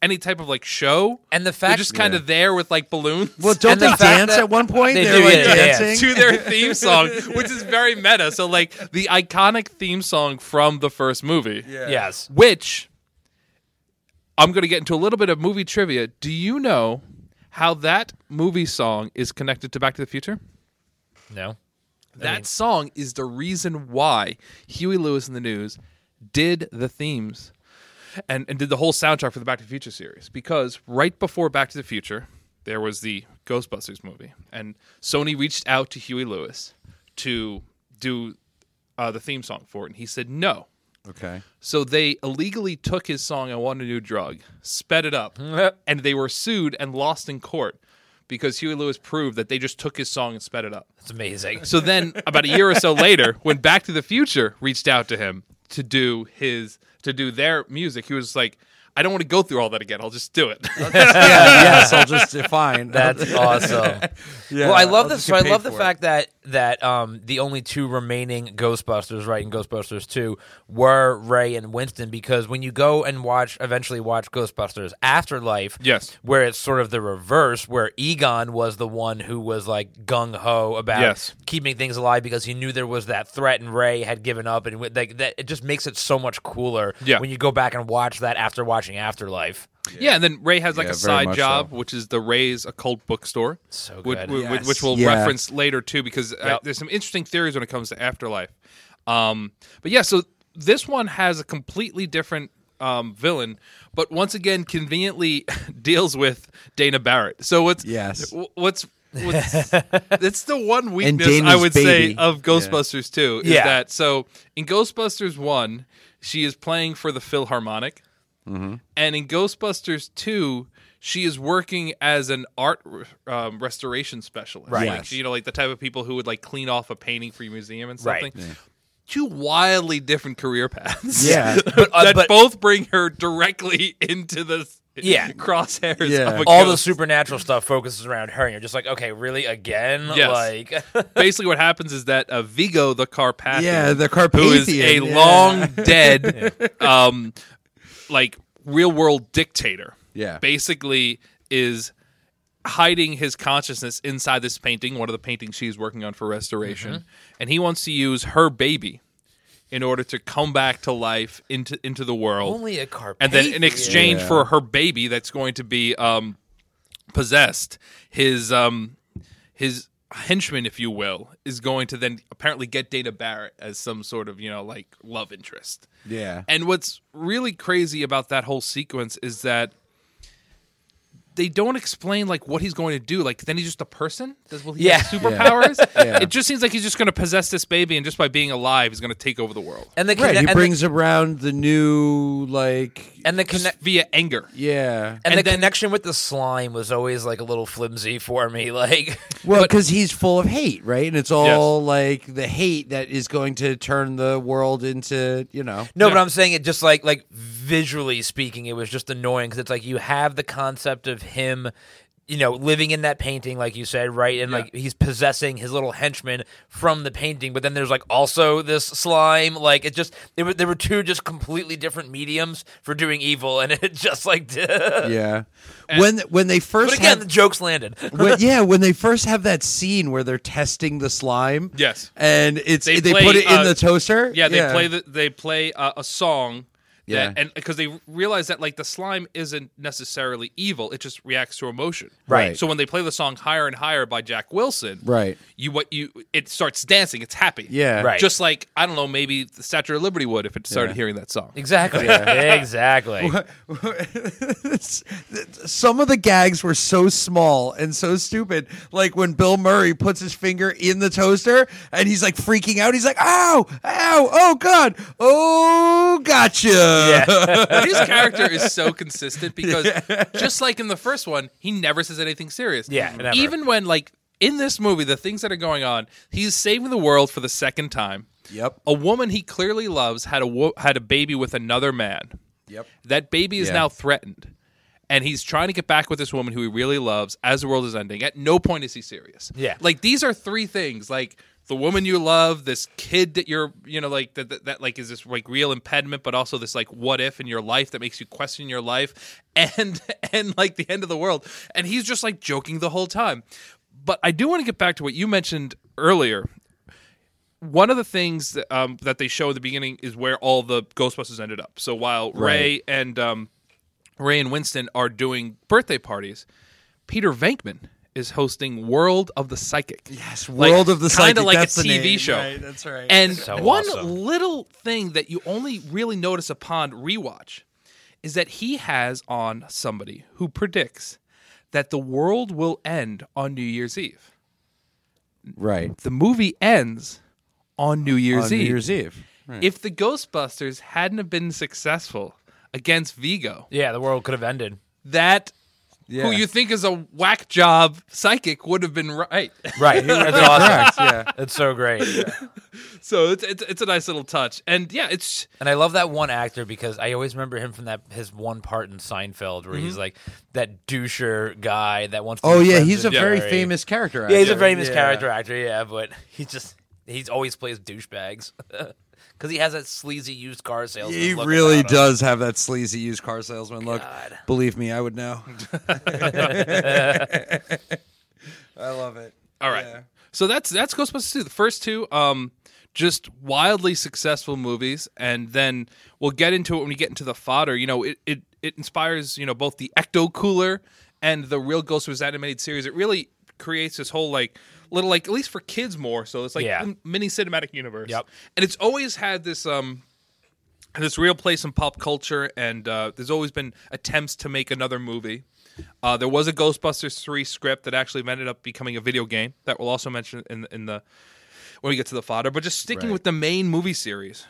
Speaker 3: any type of like show.
Speaker 5: And the
Speaker 3: they're
Speaker 5: fact-
Speaker 3: just kind of there with like balloons.
Speaker 4: well, don't
Speaker 5: And the
Speaker 4: they
Speaker 5: fact
Speaker 4: dance
Speaker 5: that-
Speaker 4: at one point?
Speaker 5: They
Speaker 4: are
Speaker 5: do,
Speaker 4: like
Speaker 5: yeah, they dance.
Speaker 4: dancing.
Speaker 3: to their theme song, which is very meta. So like the iconic theme song from the first movie.
Speaker 5: Yes.
Speaker 3: Which I'm going to get into a little bit of movie trivia. Do you know how that movie song is connected to Back to the Future?
Speaker 5: No.
Speaker 3: That song is the reason why Huey Lewis and the News did the themes and, and did the whole soundtrack for the Back to the Future series. Because right before Back to the Future, there was the Ghostbusters movie, and Sony reached out to Huey Lewis to do uh, the theme song for it, and he said no.
Speaker 4: Okay.
Speaker 3: So they illegally took his song "I Want a New Drug," sped it up, and they were sued and lost in court because Huey Lewis proved that they just took his song and sped it up.
Speaker 5: It's amazing.
Speaker 3: So then, about a year or so later, when Back to the Future reached out to him to do his to do their music, he was like, "I don't want to go through all that again. I'll just do it."
Speaker 4: Uh, yeah, yes, I'll just define.
Speaker 5: Uh, That's awesome.
Speaker 4: Yeah,
Speaker 5: well, I love
Speaker 4: I'll just
Speaker 5: this. So
Speaker 4: Uh, oh, get
Speaker 5: I
Speaker 4: paid
Speaker 5: love the
Speaker 4: for it.
Speaker 5: fact that that um, the only two remaining Ghostbusters, right, in Ghostbusters two, were Ray and Winston. Because when you go and watch, eventually watch Ghostbusters Afterlife,
Speaker 3: Yes.
Speaker 5: where it's sort of the reverse, where Egon was the one who was like gung ho about
Speaker 3: Yes.
Speaker 5: keeping things alive because he knew there was that threat, and Ray had given up, and like that, it just makes it so much cooler
Speaker 3: Yeah.
Speaker 5: when you go back and watch that after watching Afterlife.
Speaker 3: yeah, and then Ray has like
Speaker 4: Yeah,
Speaker 3: a
Speaker 4: very
Speaker 3: side
Speaker 4: much
Speaker 3: job,
Speaker 4: so.
Speaker 3: which is the Ray's occult bookstore,
Speaker 5: So
Speaker 3: which,
Speaker 5: good.
Speaker 3: which, which we'll
Speaker 4: Yeah.
Speaker 3: reference later too, because uh,
Speaker 5: Yep.
Speaker 3: there's some interesting theories when it comes to afterlife. Um, but yeah, so this one has a completely different um, villain, but once again, conveniently deals with Dana Barrett. So what's
Speaker 4: Yes.
Speaker 3: wh- what's what's that's the one weakness
Speaker 4: Dana's
Speaker 3: I would say
Speaker 4: baby.
Speaker 3: of Ghostbusters too is
Speaker 5: Yeah.
Speaker 3: that so in Ghostbusters one she is playing for the Philharmonic. And in Ghostbusters 2, she is working as an art um, restoration specialist.
Speaker 5: Right.
Speaker 3: Like,
Speaker 4: Yes.
Speaker 3: you know, like the type of people who would like clean off a painting for your museum and
Speaker 5: Right.
Speaker 3: something. Two wildly different career paths.
Speaker 4: Yeah.
Speaker 3: but,
Speaker 5: uh,
Speaker 3: that
Speaker 5: but-
Speaker 3: both bring her directly into the
Speaker 5: Yeah.
Speaker 3: crosshairs
Speaker 4: Yeah.
Speaker 3: of a
Speaker 5: All the
Speaker 3: ghost.
Speaker 5: supernatural stuff focuses around her, and you're just like, okay, really again?
Speaker 3: Yes.
Speaker 5: Like,
Speaker 3: Basically, what happens is that uh, Vigo the Carpathian,
Speaker 4: Yeah, the
Speaker 3: who is a
Speaker 4: Carpathian, yeah.
Speaker 3: long dead, um, like real world dictator,
Speaker 4: Yeah.
Speaker 3: basically is hiding his consciousness inside this painting, one of the paintings she's working on for restoration, and he wants to use her baby in order to come back to life into into the world,
Speaker 5: only a carpet.
Speaker 3: and then in exchange
Speaker 4: Yeah.
Speaker 3: for her baby that's going to be um, possessed, his um, his henchman, if you will, is going to then apparently get Dana Barrett as some sort of you know like love interest.
Speaker 4: Yeah.
Speaker 3: And what's really crazy about that whole sequence is that they don't explain like what he's going to do. Like then he's just a person. Does will he
Speaker 5: Yeah.
Speaker 3: have superpowers? It just seems like he's just going to possess this baby, and just by being alive, he's going to take over the world
Speaker 5: and the
Speaker 4: Right,
Speaker 5: conne-
Speaker 4: he
Speaker 5: and the-
Speaker 4: brings around the new like
Speaker 5: and the
Speaker 3: just
Speaker 5: connect.
Speaker 3: via anger.
Speaker 4: yeah.
Speaker 5: And,
Speaker 3: and
Speaker 5: the
Speaker 3: then-
Speaker 5: connection with the slime was always like a little flimsy for me. Like,
Speaker 4: Well, because he's full of hate, right? And it's all like the hate that is going to turn the world into, you know.
Speaker 5: No, but
Speaker 3: Yeah.
Speaker 5: I'm saying it just like like visually speaking, it was just annoying because it's like you have the concept of him, you know, living in that painting, like you said, right, and like he's possessing his little henchman from the painting, but then there's like also this slime, like it just there were there were two just completely different mediums for doing evil, and it just like
Speaker 3: Uh,
Speaker 5: but
Speaker 4: Yeah. When when they first
Speaker 5: again,
Speaker 4: had-
Speaker 5: the jokes landed.
Speaker 4: when, yeah, when they first have that scene where they're testing the slime.
Speaker 3: Yes.
Speaker 4: And it's they,
Speaker 3: They play,
Speaker 4: put it
Speaker 3: uh,
Speaker 4: in the toaster.
Speaker 3: Yeah, they play the, they play uh, a song.
Speaker 4: Yeah.
Speaker 3: That, and because they realize that like the slime isn't necessarily evil, it just reacts to emotion.
Speaker 4: Right.
Speaker 3: So when they play the song "Higher and Higher" by Jack Wilson,
Speaker 4: Right.
Speaker 3: You what you it starts dancing. It's happy.
Speaker 4: Yeah.
Speaker 5: Right.
Speaker 3: Just like I don't know, maybe the Statue of Liberty would if it started hearing that song.
Speaker 5: exactly, exactly.
Speaker 4: Some of the gags were so small and so stupid. Like when Bill Murray puts his finger in the toaster and he's like freaking out. He's like, "Ow, ow, oh god, oh, gotcha."
Speaker 3: his character is so consistent because just like in the first one, he never says anything serious.
Speaker 5: Yeah, never.
Speaker 3: Even when like in this movie, the things that are going on, he's saving the world for the second time.
Speaker 4: Yep.
Speaker 3: A woman he clearly loves had a wo- had a baby with another man.
Speaker 4: Yep.
Speaker 3: That baby is
Speaker 4: Yeah.
Speaker 3: now threatened. And he's trying to get back with this woman who he really loves as the world is ending. At no point is he serious.
Speaker 5: Yeah.
Speaker 3: Like these are three things. Like the woman you love, this kid that you're, you know, like that, that, that like is this like real impediment, but also this like what if in your life that makes you question your life and and like the end of the world. And he's just like joking the whole time. But I do want to get back to what you mentioned earlier one of the things that, um, that they show at the beginning is where all the Ghostbusters ended up. So while Ray and um, Ray and Winston are doing birthday parties, Peter Venkman is hosting World of the Psychic. Yes,
Speaker 4: World of the
Speaker 3: Kind
Speaker 4: Psychic,
Speaker 3: of like
Speaker 4: that's
Speaker 3: a
Speaker 4: the
Speaker 3: TV
Speaker 4: name.
Speaker 3: show.
Speaker 4: Right, that's right.
Speaker 3: And
Speaker 5: So
Speaker 3: one
Speaker 5: awesome.
Speaker 3: little thing that you only really notice upon rewatch is that he has on somebody who predicts that the world will end on New Year's Eve.
Speaker 4: Right.
Speaker 3: The movie ends on New Year's
Speaker 4: On New
Speaker 3: Eve.
Speaker 4: Year's Eve.
Speaker 3: If the Ghostbusters hadn't have been successful against Vigo,
Speaker 5: yeah, the world could have ended.
Speaker 3: that
Speaker 4: Yeah.
Speaker 3: who you think is a whack job psychic would have been right.
Speaker 5: Right, that's awesome.
Speaker 4: Correct, yeah.
Speaker 5: That's so great.
Speaker 3: so it's, it's it's a nice little touch, and yeah, it's
Speaker 5: And I love that one actor because I always remember him from that his one part in Seinfeld where he's like that doucher guy that wants. to
Speaker 4: Oh
Speaker 5: be
Speaker 4: yeah,
Speaker 5: friends
Speaker 4: he's a
Speaker 5: with
Speaker 4: very
Speaker 5: Jerry.
Speaker 4: famous character.
Speaker 5: Yeah, he's a
Speaker 4: actor.
Speaker 5: famous
Speaker 4: Yeah.
Speaker 5: character actor. Yeah, but he just he's always plays douchebags because he has that sleazy used car salesman.
Speaker 4: He
Speaker 5: look
Speaker 4: really
Speaker 5: about him.
Speaker 4: does have that sleazy used car salesman look. Believe me, I would know. I love it.
Speaker 3: all right. So that's that's Ghostbusters two. The first two, um, just wildly successful movies, and then we'll get into it when we get into the fodder. You know, it it, it inspires you know both the Ecto Cooler and the Real Ghostbusters animated series. It really creates this whole like little like at least for kids more. So it's like
Speaker 5: Yeah.
Speaker 3: m- mini cinematic universe.
Speaker 5: Yep.
Speaker 3: and it's always had this um this real place in pop culture, and uh, there's always been attempts to make another movie. Uh, there was a Ghostbusters three script that actually ended up becoming a video game that we'll also mention in in the when we get to the fodder. But just sticking with the main movie series,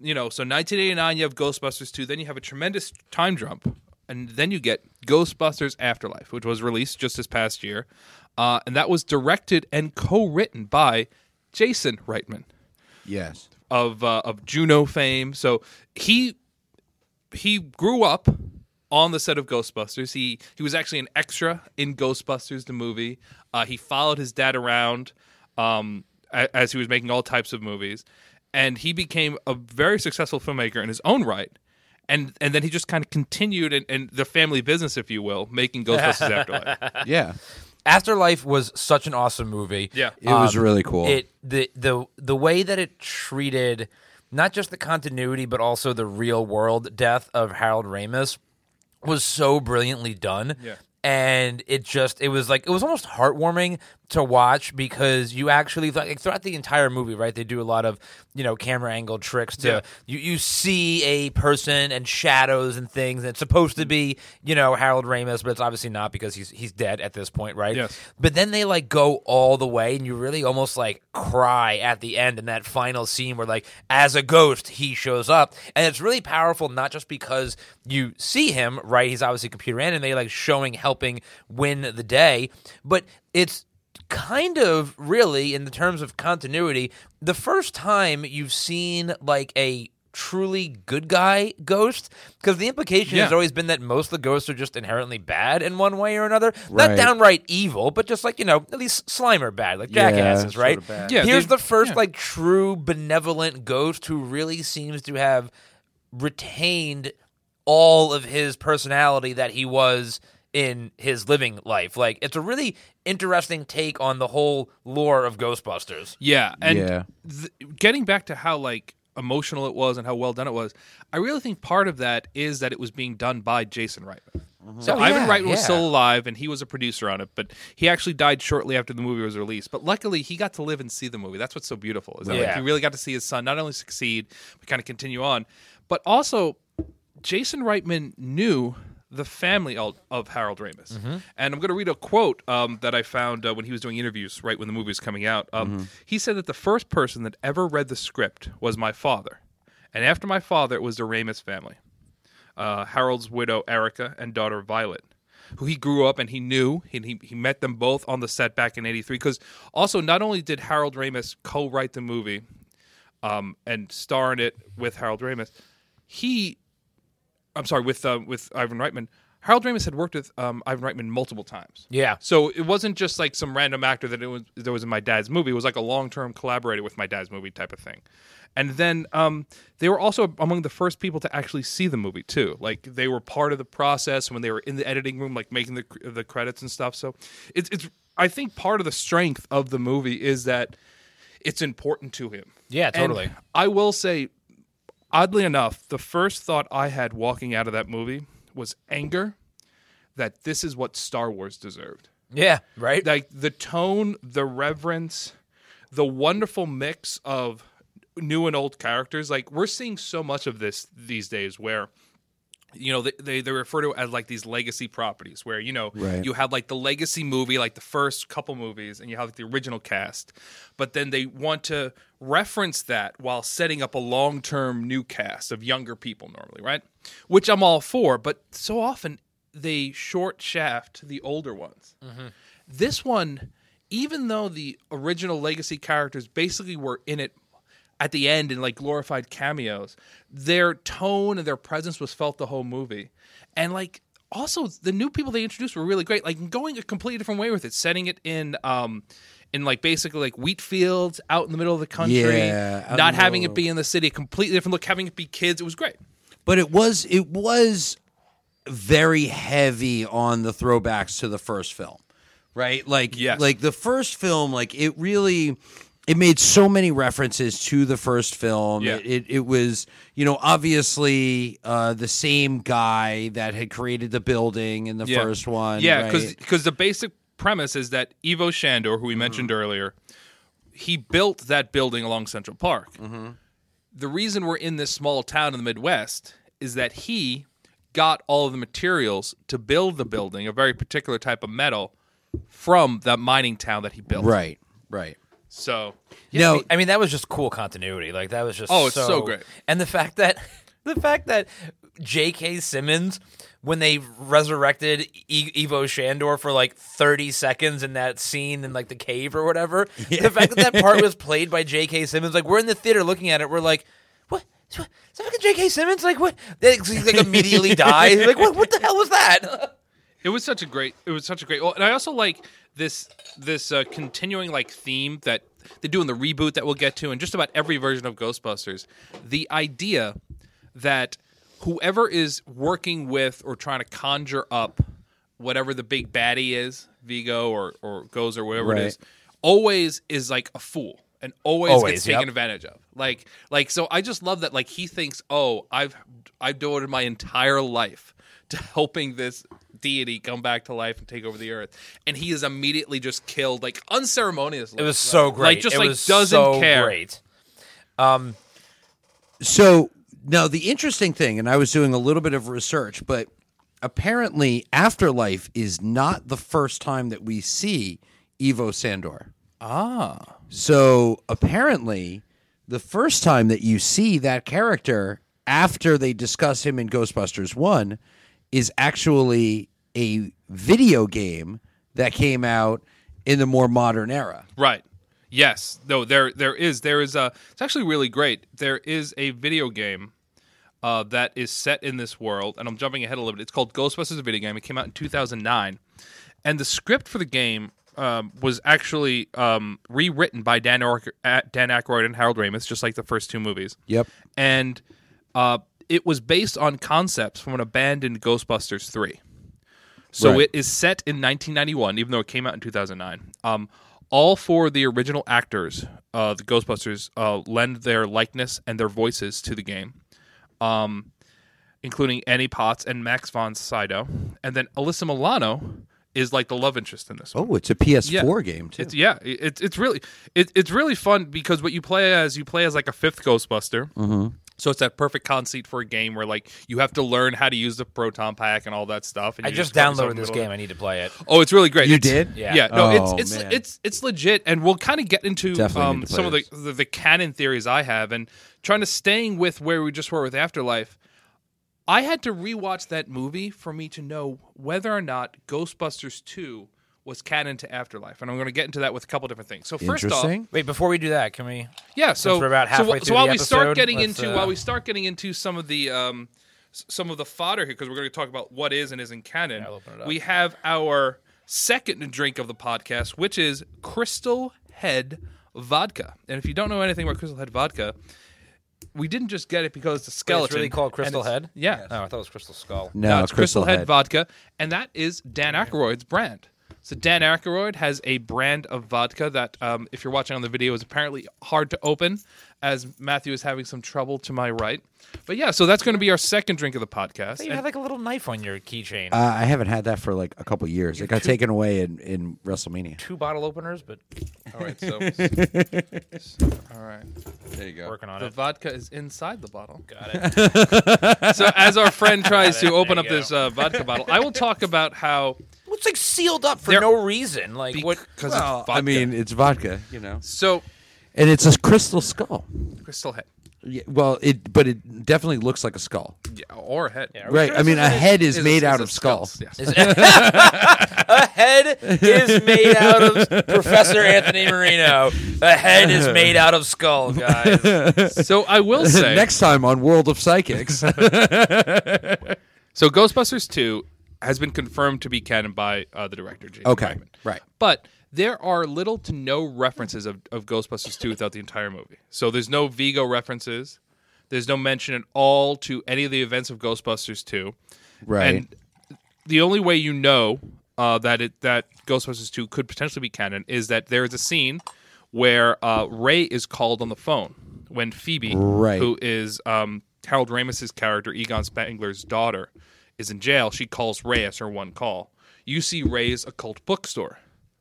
Speaker 3: you know, so 1989 you have Ghostbusters two, then you have a tremendous time jump, and then you get Ghostbusters Afterlife, which was released just this past year, uh, and that was directed and co-written by Jason Reitman
Speaker 4: Yes.
Speaker 3: of uh, of Juno fame. So he he grew up on the set of Ghostbusters. He he was actually an extra in Ghostbusters the movie. Uh, he followed his dad around um, a- as he was making all types of movies, and he became a very successful filmmaker in his own right. And and then he just kind of continued in, in the family business, if you will, making Ghostbusters Afterlife.
Speaker 4: Yeah.
Speaker 5: Afterlife was such an awesome movie.
Speaker 3: Yeah.
Speaker 4: Um, It was really cool.
Speaker 5: It the the the way that it treated not just the continuity but also the real world death of Harold Ramis was so brilliantly done.
Speaker 3: Yeah.
Speaker 5: and it just it was like it was almost heartwarming to watch because you actually like throughout the entire movie right they do a lot of you know camera angle tricks to
Speaker 3: Yeah.
Speaker 5: you you see a person and shadows and things and it's supposed to be you know Harold Ramis but it's obviously not because he's he's dead at this point right
Speaker 3: Yes.
Speaker 5: but then they like go all the way and you really almost like cry at the end in that final scene where like as a ghost he shows up and it's really powerful not just because you see him right he's obviously computer animated like showing helping win the day but it's kind of really in the terms of continuity the first time you've seen like a truly good guy ghost because the implication
Speaker 3: Yeah.
Speaker 5: has always been that most of the ghosts are just inherently bad in one way or another
Speaker 4: Right.
Speaker 5: not downright evil but just like you know at least slimer bad like
Speaker 4: Yeah,
Speaker 5: jackasses
Speaker 4: sorta
Speaker 5: right
Speaker 4: bad.
Speaker 3: Yeah,
Speaker 5: here's
Speaker 3: they-
Speaker 5: the first
Speaker 3: yeah.
Speaker 5: like true benevolent ghost who really seems to have retained all of his personality that he was in his living life like it's a really interesting take on the whole lore of ghostbusters
Speaker 3: Yeah, and
Speaker 4: Yeah.
Speaker 3: Th- getting back to how like emotional it was and how well done it was, I really think part of that is that it was being done by Jason Reitman. So
Speaker 5: Oh,
Speaker 3: Ivan
Speaker 5: yeah,
Speaker 3: Reitman was
Speaker 5: yeah.
Speaker 3: still alive and he was a producer on it, but he actually died shortly after the movie was released. But luckily, he got to live and see the movie. That's what's so beautiful is that like
Speaker 5: Yeah.
Speaker 3: he really got to see his son not only succeed but kind of continue on, but also Jason Reitman knew the family al- of Harold Ramis. And I'm going to read a quote um, that I found uh, when he was doing interviews right when the movie was coming out. Um, He said that the first person that ever read the script was my father. And after my father, it was the Ramis family uh, Harold's widow, Erica, and daughter, Violet. Who he grew up and he knew, and he, he met them both on the set back in '83. Because also, not only did Harold Ramis co-write the movie, um, and star in it with Harold Ramis, he I'm sorry, with uh, with Ivan Reitman. Harold Ramis had worked with um, Ivan Reitman multiple times.
Speaker 5: Yeah.
Speaker 3: So it wasn't just like some random actor that it was that was in my dad's movie. It was like a long term collaborator with my dad's movie type of thing. And then um, they were also among the first people to actually see the movie too. Like they were part of the process when they were in the editing room, like making the the credits and stuff. So it's it's I think part of the strength of the movie is that it's important to him.
Speaker 5: Yeah,
Speaker 3: And
Speaker 5: totally.
Speaker 3: I will say, oddly enough, the first thought I had walking out of that movie was anger that this is what Star Wars deserved.
Speaker 5: yeah right
Speaker 3: Like the tone, the reverence, the wonderful mix of new and old characters. Like we're seeing so much of this these days where you know they, they, they refer to it as like these legacy properties where you know
Speaker 4: Right.
Speaker 3: you have like the legacy movie like the first couple movies and you have the original cast but then they want to reference that while setting up a long-term new cast of younger people normally right which i'm all for but so often they short shaft the older ones this one even though the original legacy characters basically were in it at the end in like glorified cameos. Their tone and their presence was felt the whole movie. And like also the new people they introduced were really great. Like going a completely different way with it, setting it in um in like basically like wheat fields out in the middle of the country,
Speaker 4: Yeah, out in
Speaker 3: not
Speaker 4: the
Speaker 3: having
Speaker 4: middle.
Speaker 3: it be in the city, a completely different look, having it be kids. It was great.
Speaker 4: but it was it was very heavy on the throwbacks to the first film right like
Speaker 3: Yes.
Speaker 4: like the first film like it really it made so many references to the first film
Speaker 3: Yeah.
Speaker 4: it, it, it was you know obviously uh, the same guy that had created the building in the first one
Speaker 3: Yeah,
Speaker 4: right? Mm-hmm.
Speaker 3: because the basic premise is that Ivo Shandor, who we mentioned earlier, he built that building along Central Park.
Speaker 4: Mm-hmm.
Speaker 3: The reason we're in this small town in the Midwest is that he got all of the materials to build the building, a very particular type of metal, from that mining town that he built.
Speaker 4: right right
Speaker 3: So
Speaker 4: no
Speaker 5: I mean, that was just cool continuity. Like that was just
Speaker 3: Oh, it's so great.
Speaker 5: And the fact that the fact that J.K. Simmons, when they resurrected e- Evo Shandor for like thirty seconds in that scene in like the cave or whatever, the fact that that part was played by J.K. Simmons, like we're in the theater looking at it, we're like, what? Is that fucking J.K. Simmons? Like what? Like, he, like immediately dies. Like what? What the hell was that?
Speaker 3: It was such a great. It was such a great. Well, and I also like this this uh, continuing like theme that they do in the reboot that we'll get to, and just about every version of Ghostbusters. The idea that whoever is working with or trying to conjure up whatever the big baddie is, Vigo or or goes or whatever it is, always is like a fool and always,
Speaker 5: Always,
Speaker 3: gets taken
Speaker 5: yep.
Speaker 3: advantage of. Like like so I just love that like he thinks, "Oh, I've I've devoted my entire life to helping this deity come back to life and take over the earth. And he is immediately just killed, like unceremoniously.
Speaker 5: It was so great.
Speaker 3: Like just
Speaker 5: It
Speaker 3: like
Speaker 5: was
Speaker 3: doesn't
Speaker 5: so
Speaker 3: care.
Speaker 5: Great.
Speaker 4: So now the interesting thing, and I was doing a little bit of research, but apparently Afterlife is not the first time that we see Evo Sandor.
Speaker 3: Ah.
Speaker 4: So apparently the first time that you see that character after they discuss him in Ghostbusters 1 is actually a video game that came out in the more modern era.
Speaker 3: Right. Yes. No. There. There is. There is a. It's actually really great. There is a video game uh, that is set in this world, and I'm jumping ahead a little bit. It's called Ghostbusters: A Video Game. It came out in 2009, and the script for the game um, was actually um, rewritten by Dan Ork- uh, Dan Aykroyd and Harold Ramis, just like the first two movies.
Speaker 4: Yep.
Speaker 3: And uh, it was based on concepts from an abandoned Ghostbusters three. So
Speaker 4: Right.
Speaker 3: it is set in 1991, even though it came out in 2009. Um, all four of the original actors, uh, the Ghostbusters, uh, lend their likeness and their voices to the game, um, including Annie Potts and Max von Sydow. And then Alyssa Milano is like the love interest in this. one.
Speaker 4: Oh, it's a PS4 game too.
Speaker 3: It's, yeah, it- it's it's really it, it's really fun because what you play as you play as like a fifth Ghostbuster. Mm-hmm. So it's that perfect conceit for a game where like you have to learn how to use the proton pack and all that stuff. And
Speaker 5: I
Speaker 3: you
Speaker 5: just
Speaker 3: focus on
Speaker 5: downloaded this
Speaker 3: middle-
Speaker 5: game. I need to play it.
Speaker 3: Oh, it's really great.
Speaker 4: You
Speaker 3: It's-
Speaker 4: did?
Speaker 3: Yeah.
Speaker 5: Yeah.
Speaker 3: No,
Speaker 4: Oh,
Speaker 3: it's it's
Speaker 4: man.
Speaker 3: it's it's legit, and we'll kind of get into
Speaker 4: Definitely
Speaker 3: um,
Speaker 4: need to play
Speaker 3: some of the,
Speaker 4: this.
Speaker 3: the the canon theories I have, and trying to staying with where we just were with Afterlife. I had to rewatch that movie for me to know whether or not Ghostbusters Two was canon to Afterlife, and I'm going to get into that with a couple different things. So first off,
Speaker 4: Interesting.
Speaker 5: Wait, before we do that, can we?
Speaker 3: yeah, so
Speaker 5: we're about
Speaker 3: so
Speaker 5: halfway
Speaker 3: wh- so,
Speaker 5: through
Speaker 3: while
Speaker 5: the
Speaker 3: we start
Speaker 5: episode,
Speaker 3: getting
Speaker 5: let's,
Speaker 3: into
Speaker 5: uh,
Speaker 3: while we start getting into some of the um, s- some of the fodder here because we're going to talk about what is and isn't canon.
Speaker 5: I'll open it up.
Speaker 3: we have our second drink of the podcast, which is Crystal Head vodka. And if you don't know anything about Crystal Head vodka, we didn't just get it because it's a
Speaker 5: Wait,
Speaker 3: skeleton.
Speaker 5: It's really called
Speaker 3: and
Speaker 5: Crystal
Speaker 3: it's-
Speaker 5: Head.
Speaker 3: Yeah,
Speaker 5: Oh, I thought it was Crystal Skull.
Speaker 4: No,
Speaker 3: uh, it's Crystal, Head.
Speaker 4: Head.
Speaker 3: vodka, and that is Dan Aykroyd's brand. So Dan Aykroyd has a brand of vodka that, um, if you're watching on the video, is apparently hard to open, as Matthew is having some trouble to my right. But yeah, so that's going to be our second drink of the podcast.
Speaker 5: You
Speaker 3: And-
Speaker 5: had like a little knife on your keychain.
Speaker 4: Uh, I haven't had that for like a couple years. It got taken away in, in WrestleMania.
Speaker 5: Two bottle openers, but
Speaker 3: all right, so all right,
Speaker 4: There you go.
Speaker 5: working on
Speaker 3: the
Speaker 5: it.
Speaker 3: vodka is inside the bottle.
Speaker 5: Got it.
Speaker 3: So as our friend tries to open
Speaker 5: There
Speaker 3: up
Speaker 5: you
Speaker 3: this uh, vodka bottle, I will talk about how
Speaker 5: Well, it's like sealed up for
Speaker 3: They're-
Speaker 5: no reason. Like what?
Speaker 3: because
Speaker 4: Well,
Speaker 3: it's vodka.
Speaker 4: Uh, I mean, it's vodka, you know,
Speaker 3: so
Speaker 4: and it's a crystal skull.
Speaker 3: Crystal Head,
Speaker 4: Yeah, well, it but it definitely looks like a skull,
Speaker 3: yeah, or head,
Speaker 5: Yeah,
Speaker 4: right? I mean, a head is,
Speaker 3: Is-
Speaker 4: made
Speaker 3: is
Speaker 4: out
Speaker 3: a
Speaker 4: of skull.
Speaker 3: skulls, yes.
Speaker 5: A head is made out of Professor Anthony Marino. A head is made out of skull, guys.
Speaker 3: So I will say
Speaker 4: Next time on World of Psychics,
Speaker 3: So Ghostbusters 2 has been confirmed to be canon by uh, the director, James
Speaker 4: okay,
Speaker 3: Reitman.
Speaker 4: right?
Speaker 3: But there are little to no references of, of Ghostbusters 2 throughout the entire movie. So there's no Vigo references. There's no mention at all to any of the events of Ghostbusters 2.
Speaker 4: Right.
Speaker 3: And the only way you know uh, that it that Ghostbusters 2 could potentially be canon is that there is a scene where uh, Ray is called on the phone when Phoebe,
Speaker 4: Right.
Speaker 3: who is um, Harold Ramis's character, Egon Spangler's daughter, is in jail. She calls Ray as her one call. You see Ray's occult bookstore.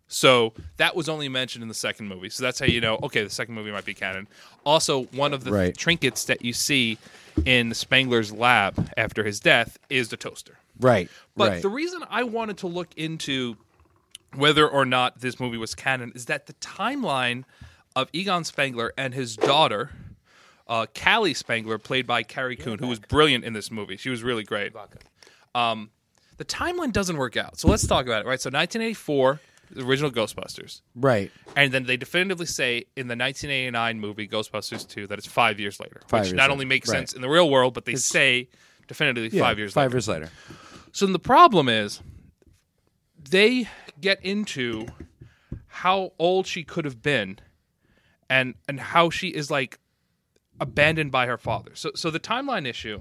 Speaker 3: So that was only mentioned in the second movie. So that's how you know, okay, the second movie might be canon. Also, one of the
Speaker 4: Right.
Speaker 3: trinkets that you see in Spangler's lab after his death is the toaster.
Speaker 4: right,
Speaker 3: But
Speaker 4: right.
Speaker 3: the reason I wanted to look into whether or not this movie was canon is that the timeline of Egon Spengler and his daughter, uh, Callie Spangler, played by Carrie Coon, who was brilliant in this movie. She was really great. Um, the timeline doesn't work out. So let's talk about it, right? So 1984, the original Ghostbusters.
Speaker 4: right,
Speaker 3: And then they definitively say in the 1989 movie Ghostbusters 2 that it's five years later,
Speaker 4: Five
Speaker 3: which
Speaker 4: years
Speaker 3: not
Speaker 4: later,
Speaker 3: only makes
Speaker 4: right.
Speaker 3: sense in the real world, but they say definitively
Speaker 4: Yeah,
Speaker 3: five years
Speaker 4: five
Speaker 3: later.
Speaker 4: years later.
Speaker 3: So then the problem is they get into how old she could have been and and how she is like abandoned by her father. So so the timeline issue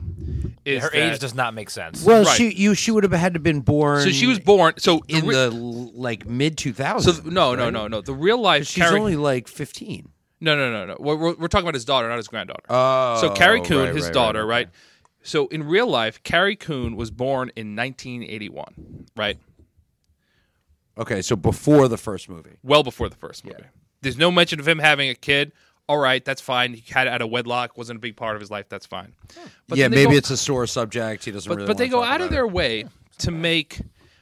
Speaker 3: is
Speaker 5: Her
Speaker 3: that-
Speaker 5: age does not make sense.
Speaker 4: Well,
Speaker 3: Right.
Speaker 4: she you she would have had to been born.
Speaker 3: So she was born so
Speaker 4: in
Speaker 3: re-
Speaker 4: the like mid two
Speaker 3: so
Speaker 4: thousands.
Speaker 3: th- no no no no the real life
Speaker 4: she's
Speaker 3: Carrie-
Speaker 4: only like fifteen.
Speaker 3: No, no, no, no. We're, we're, we're talking about his daughter, not his granddaughter.
Speaker 4: Oh,
Speaker 3: so Carrie Coon,
Speaker 4: right,
Speaker 3: his
Speaker 4: right,
Speaker 3: daughter,
Speaker 4: right,
Speaker 3: right? So in real life, Carrie Coon was born in 1981, right?
Speaker 4: Okay, so before the first movie.
Speaker 3: well before the first movie. There's no mention of him having a kid. All right, that's fine. He had it out of wedlock, wasn't a big part of his life. That's fine. But
Speaker 4: yeah,
Speaker 3: then they
Speaker 4: maybe
Speaker 3: go-
Speaker 4: it's a sore subject. He doesn't
Speaker 3: But
Speaker 4: really.
Speaker 3: but they
Speaker 4: wanna
Speaker 3: go
Speaker 4: talk
Speaker 3: out of
Speaker 4: about it.
Speaker 3: their way to make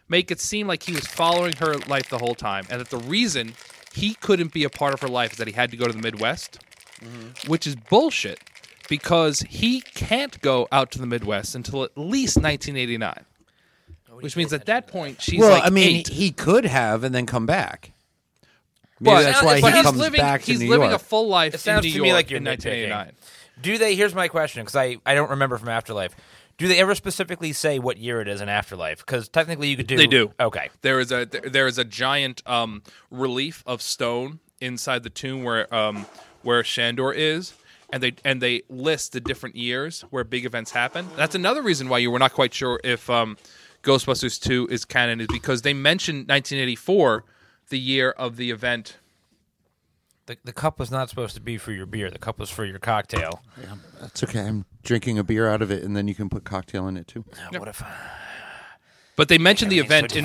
Speaker 3: make it seem like he was following her life the whole time, and that the reason he couldn't be a part of her life is that he had to go to the Midwest,
Speaker 4: Mm-hmm.
Speaker 3: which is bullshit because he can't go out to the Midwest until at least 1989. Which means at that point she's
Speaker 4: Well,
Speaker 3: like
Speaker 4: I mean,
Speaker 3: eight.
Speaker 4: he could have and then come back. Maybe
Speaker 3: But-
Speaker 4: that's why
Speaker 3: uh, but
Speaker 4: he
Speaker 3: he's
Speaker 4: comes
Speaker 3: living,
Speaker 4: back to
Speaker 3: he's
Speaker 4: New
Speaker 3: living
Speaker 4: York.
Speaker 3: a full life
Speaker 5: It sounds
Speaker 3: in New
Speaker 5: to me
Speaker 3: York
Speaker 5: like you're
Speaker 3: in
Speaker 5: nitpicking.
Speaker 3: 1989.
Speaker 5: Do they? Here's my question because I, I don't remember from Afterlife. Do they ever specifically say what year it is in Afterlife? Because technically you could do.
Speaker 3: They do.
Speaker 5: Okay.
Speaker 3: There is a there there is a giant um, relief of stone inside the tomb where um, where Shandor is, and they and they list the different years where big events happen. That's another reason why you were not quite sure if um, Ghostbusters Two is canon is because they mentioned 1984, the year of the event.
Speaker 5: The, the cup was not supposed to be for your beer. The cup was for your cocktail.
Speaker 4: That's okay. I'm drinking a beer out of it, and then you can put cocktail in it too.
Speaker 5: What if?
Speaker 3: But they mentioned the
Speaker 5: Making it so
Speaker 3: event in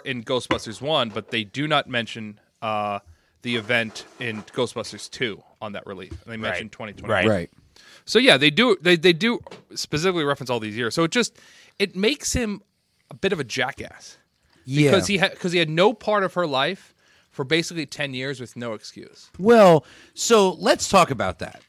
Speaker 3: 1984 in Ghostbusters One, but they do not mention uh, the event in Ghostbusters Two on that relief. And they mentioned 2020.
Speaker 5: Right.
Speaker 3: So yeah, they do they they do specifically reference all these years. So it just it makes him a bit of a jackass
Speaker 4: Yeah.
Speaker 3: because he had because he had no part of her life for basically 10 years with no excuse.
Speaker 4: well, so let's talk about that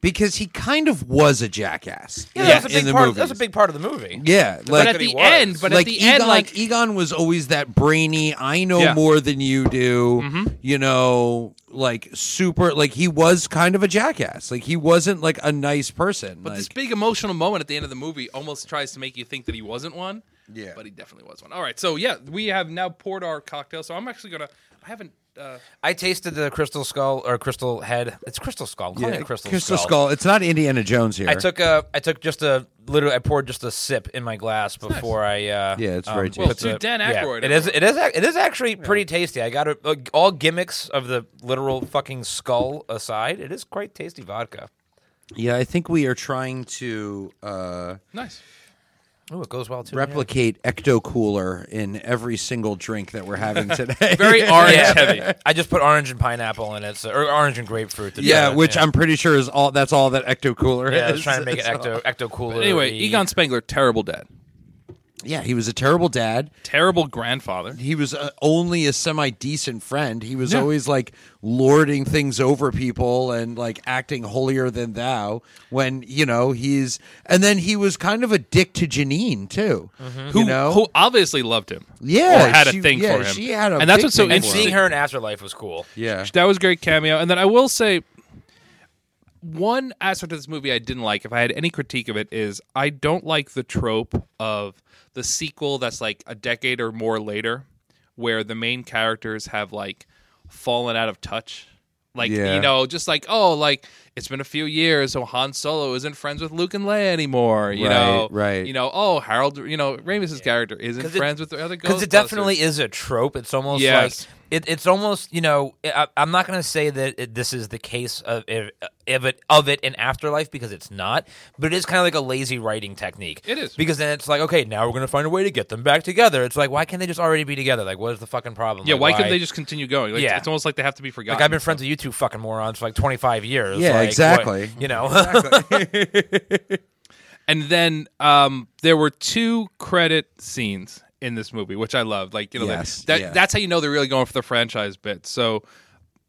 Speaker 4: because he kind of was a jackass.
Speaker 5: Yeah,
Speaker 4: in-
Speaker 5: that was a
Speaker 4: in
Speaker 5: big
Speaker 4: the
Speaker 5: part.
Speaker 4: movie.
Speaker 5: That was a big part of the movie.
Speaker 4: Yeah,
Speaker 3: But
Speaker 4: like
Speaker 3: at
Speaker 5: that he
Speaker 3: the
Speaker 5: was.
Speaker 3: end, but at
Speaker 4: like
Speaker 3: the
Speaker 4: Egon,
Speaker 3: end like
Speaker 4: Egon was always that brainy. I know
Speaker 3: Yeah. Mm-hmm.
Speaker 4: more than you do. You know, like super. Like he was kind of a jackass. Like he wasn't like a nice person.
Speaker 3: but this
Speaker 4: like-
Speaker 3: big emotional moment at the end of the movie almost tries to make you think that he wasn't one.
Speaker 4: Yeah.
Speaker 3: But he definitely was one. All right. So yeah, we have now poured our cocktail. So I'm actually going to I haven't uh,
Speaker 5: I tasted the crystal skull or crystal head. It's crystal skull. I'm calling it crystal,
Speaker 4: skull. It's not Indiana Jones here.
Speaker 5: I took a. I took just a. Literally, I poured just a sip in my glass before I. Uh,
Speaker 4: Yeah, it's
Speaker 5: um,
Speaker 4: very tasty.
Speaker 3: Well,
Speaker 5: put
Speaker 3: do
Speaker 5: the-
Speaker 3: Dan
Speaker 5: yeah,
Speaker 3: Aykroyd uh,
Speaker 5: it is. It is. ac- It is actually pretty tasty. I got it. Like, all gimmicks of the literal fucking skull aside, it is quite tasty vodka.
Speaker 4: Yeah, I think we are trying to uh,
Speaker 3: nice.
Speaker 5: Oh, it goes well too. yeah.
Speaker 4: replicate Ecto Cooler in every single drink that we're having today.
Speaker 3: Very orange
Speaker 5: Yeah.
Speaker 3: heavy.
Speaker 5: I just put orange and pineapple in it, so, or orange and grapefruit. to do
Speaker 4: yeah,
Speaker 5: it,
Speaker 4: which
Speaker 5: yeah.
Speaker 4: I'm pretty sure is all. That's all that Ecto Cooler
Speaker 5: Yeah, I
Speaker 4: is.
Speaker 5: was trying to make it ecto ecto cooler.
Speaker 3: Anyway, Egon Spengler terrible dad.
Speaker 4: Yeah, he was a terrible dad.
Speaker 3: Terrible grandfather.
Speaker 4: He was uh, only a semi decent friend. He was always like lording things over people and like acting holier than thou. When you know he's, and then he was kind of a dick to Janine too.
Speaker 3: Mm-hmm. who,
Speaker 4: you know?
Speaker 3: who obviously loved him.
Speaker 4: Yeah,
Speaker 3: or had
Speaker 4: she-
Speaker 3: a thing
Speaker 4: yeah,
Speaker 3: for him.
Speaker 4: she had a
Speaker 3: and that's
Speaker 4: big
Speaker 3: what's so
Speaker 4: thing for him.
Speaker 5: and
Speaker 3: interesting.
Speaker 5: seeing her in Afterlife was cool.
Speaker 4: Yeah,
Speaker 3: That was a great cameo. And then I will say, one aspect of this movie I didn't like, if I had any critique of it, is I don't like the trope of the sequel that's like a decade or more later, where the main characters have like fallen out of touch. Like
Speaker 4: Yeah.
Speaker 3: you know, just like oh, like it's been a few years, so Han Solo isn't friends with Luke and Leia anymore. You
Speaker 4: Right,
Speaker 3: know,
Speaker 4: right.
Speaker 3: You know, oh Harold, you know Ramis' character isn't
Speaker 5: it-
Speaker 3: friends with the other
Speaker 5: because
Speaker 3: because
Speaker 5: it definitely is a trope. It's almost
Speaker 3: Yes.
Speaker 5: like it, it's almost you know I, I'm not going to say that it, this is the case of of it of it in afterlife because it's not, but it is kind of like a lazy writing technique.
Speaker 3: It is.
Speaker 5: because then it's like okay, now we're going to find a way to get them back together. It's like why can't they just already be together? Like what is the fucking problem?
Speaker 3: Yeah,
Speaker 5: Like,
Speaker 3: why couldn't they just continue going? Like,
Speaker 5: Yeah.
Speaker 3: it's almost like they have to be forgotten.
Speaker 5: Like I've been friends with you two fucking morons for like 25 years.
Speaker 4: Yeah,
Speaker 5: Like, what-
Speaker 4: exactly.
Speaker 5: you know,
Speaker 3: And then um, there were two credit scenes in this movie, which I loved. Like you know,
Speaker 4: Yes,
Speaker 3: that,
Speaker 4: yeah.
Speaker 3: that's how you know they're really going for the franchise bit. So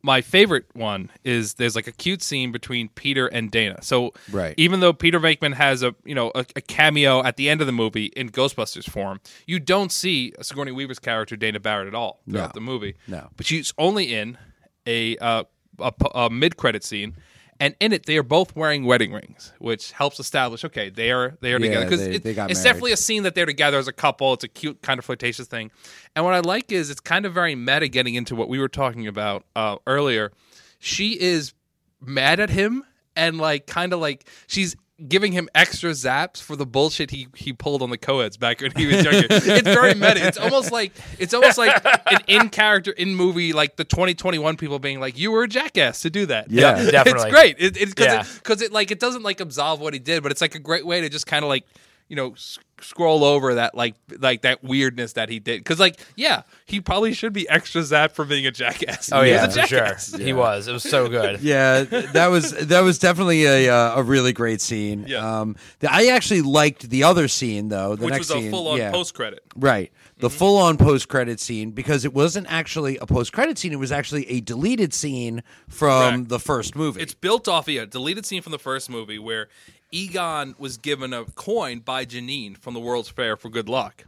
Speaker 3: my favorite one is there's like a cute scene between Peter and Dana. So
Speaker 4: Right.
Speaker 3: even though Peter Venkman has a you know a, a cameo at the end of the movie in Ghostbusters form, you don't see Sigourney Weaver's character Dana Barrett at all throughout
Speaker 4: No.
Speaker 3: the movie.
Speaker 4: No.
Speaker 3: but she's only in a uh, a, p- a mid credit scene. And in it, they are both wearing wedding rings, which helps establish okay, they are they are
Speaker 4: Yeah,
Speaker 3: together because
Speaker 4: they-
Speaker 3: it,
Speaker 4: they got
Speaker 3: it's
Speaker 4: married.
Speaker 3: definitely a scene that they're together as a couple. It's a cute kind of flirtatious thing, and what I like is it's kind of very meta, getting into what we were talking about uh, earlier. She is mad at him and like kind of like she's giving him extra zaps for the bullshit he, he pulled on the co-eds back when he was younger. it's very meta. It's almost like it's almost like an in character in movie like the 2021 people being like you were a jackass to do that.
Speaker 4: Yeah.
Speaker 5: Yeah, definitely.
Speaker 3: It's great. It, it's cuz
Speaker 5: Yeah.
Speaker 3: it, 'cause it like it doesn't like absolve what he did, but it's like a great way to just kind of like you know s- scroll over that like like that weirdness that he did because like yeah he probably should be extra zapped for being a jackass
Speaker 5: Oh
Speaker 3: He was
Speaker 5: yeah,
Speaker 3: a
Speaker 5: for sure.
Speaker 3: jackass.
Speaker 5: He was. It was so good.
Speaker 4: Yeah, that was that was definitely a uh, a really great scene.
Speaker 3: Yeah.
Speaker 4: Um, the, I actually liked the other scene though. The
Speaker 3: which
Speaker 4: next
Speaker 3: was a
Speaker 4: scene,
Speaker 3: full-on Mm-hmm.
Speaker 4: yeah.
Speaker 3: post credit
Speaker 4: Right. The full on post credit scene because it wasn't actually a post credit scene, it was actually a deleted scene from
Speaker 3: Correct.
Speaker 4: the first movie.
Speaker 3: It's built off of a deleted scene from the first movie where Egon was given a coin by Janine from the World's Fair for good luck.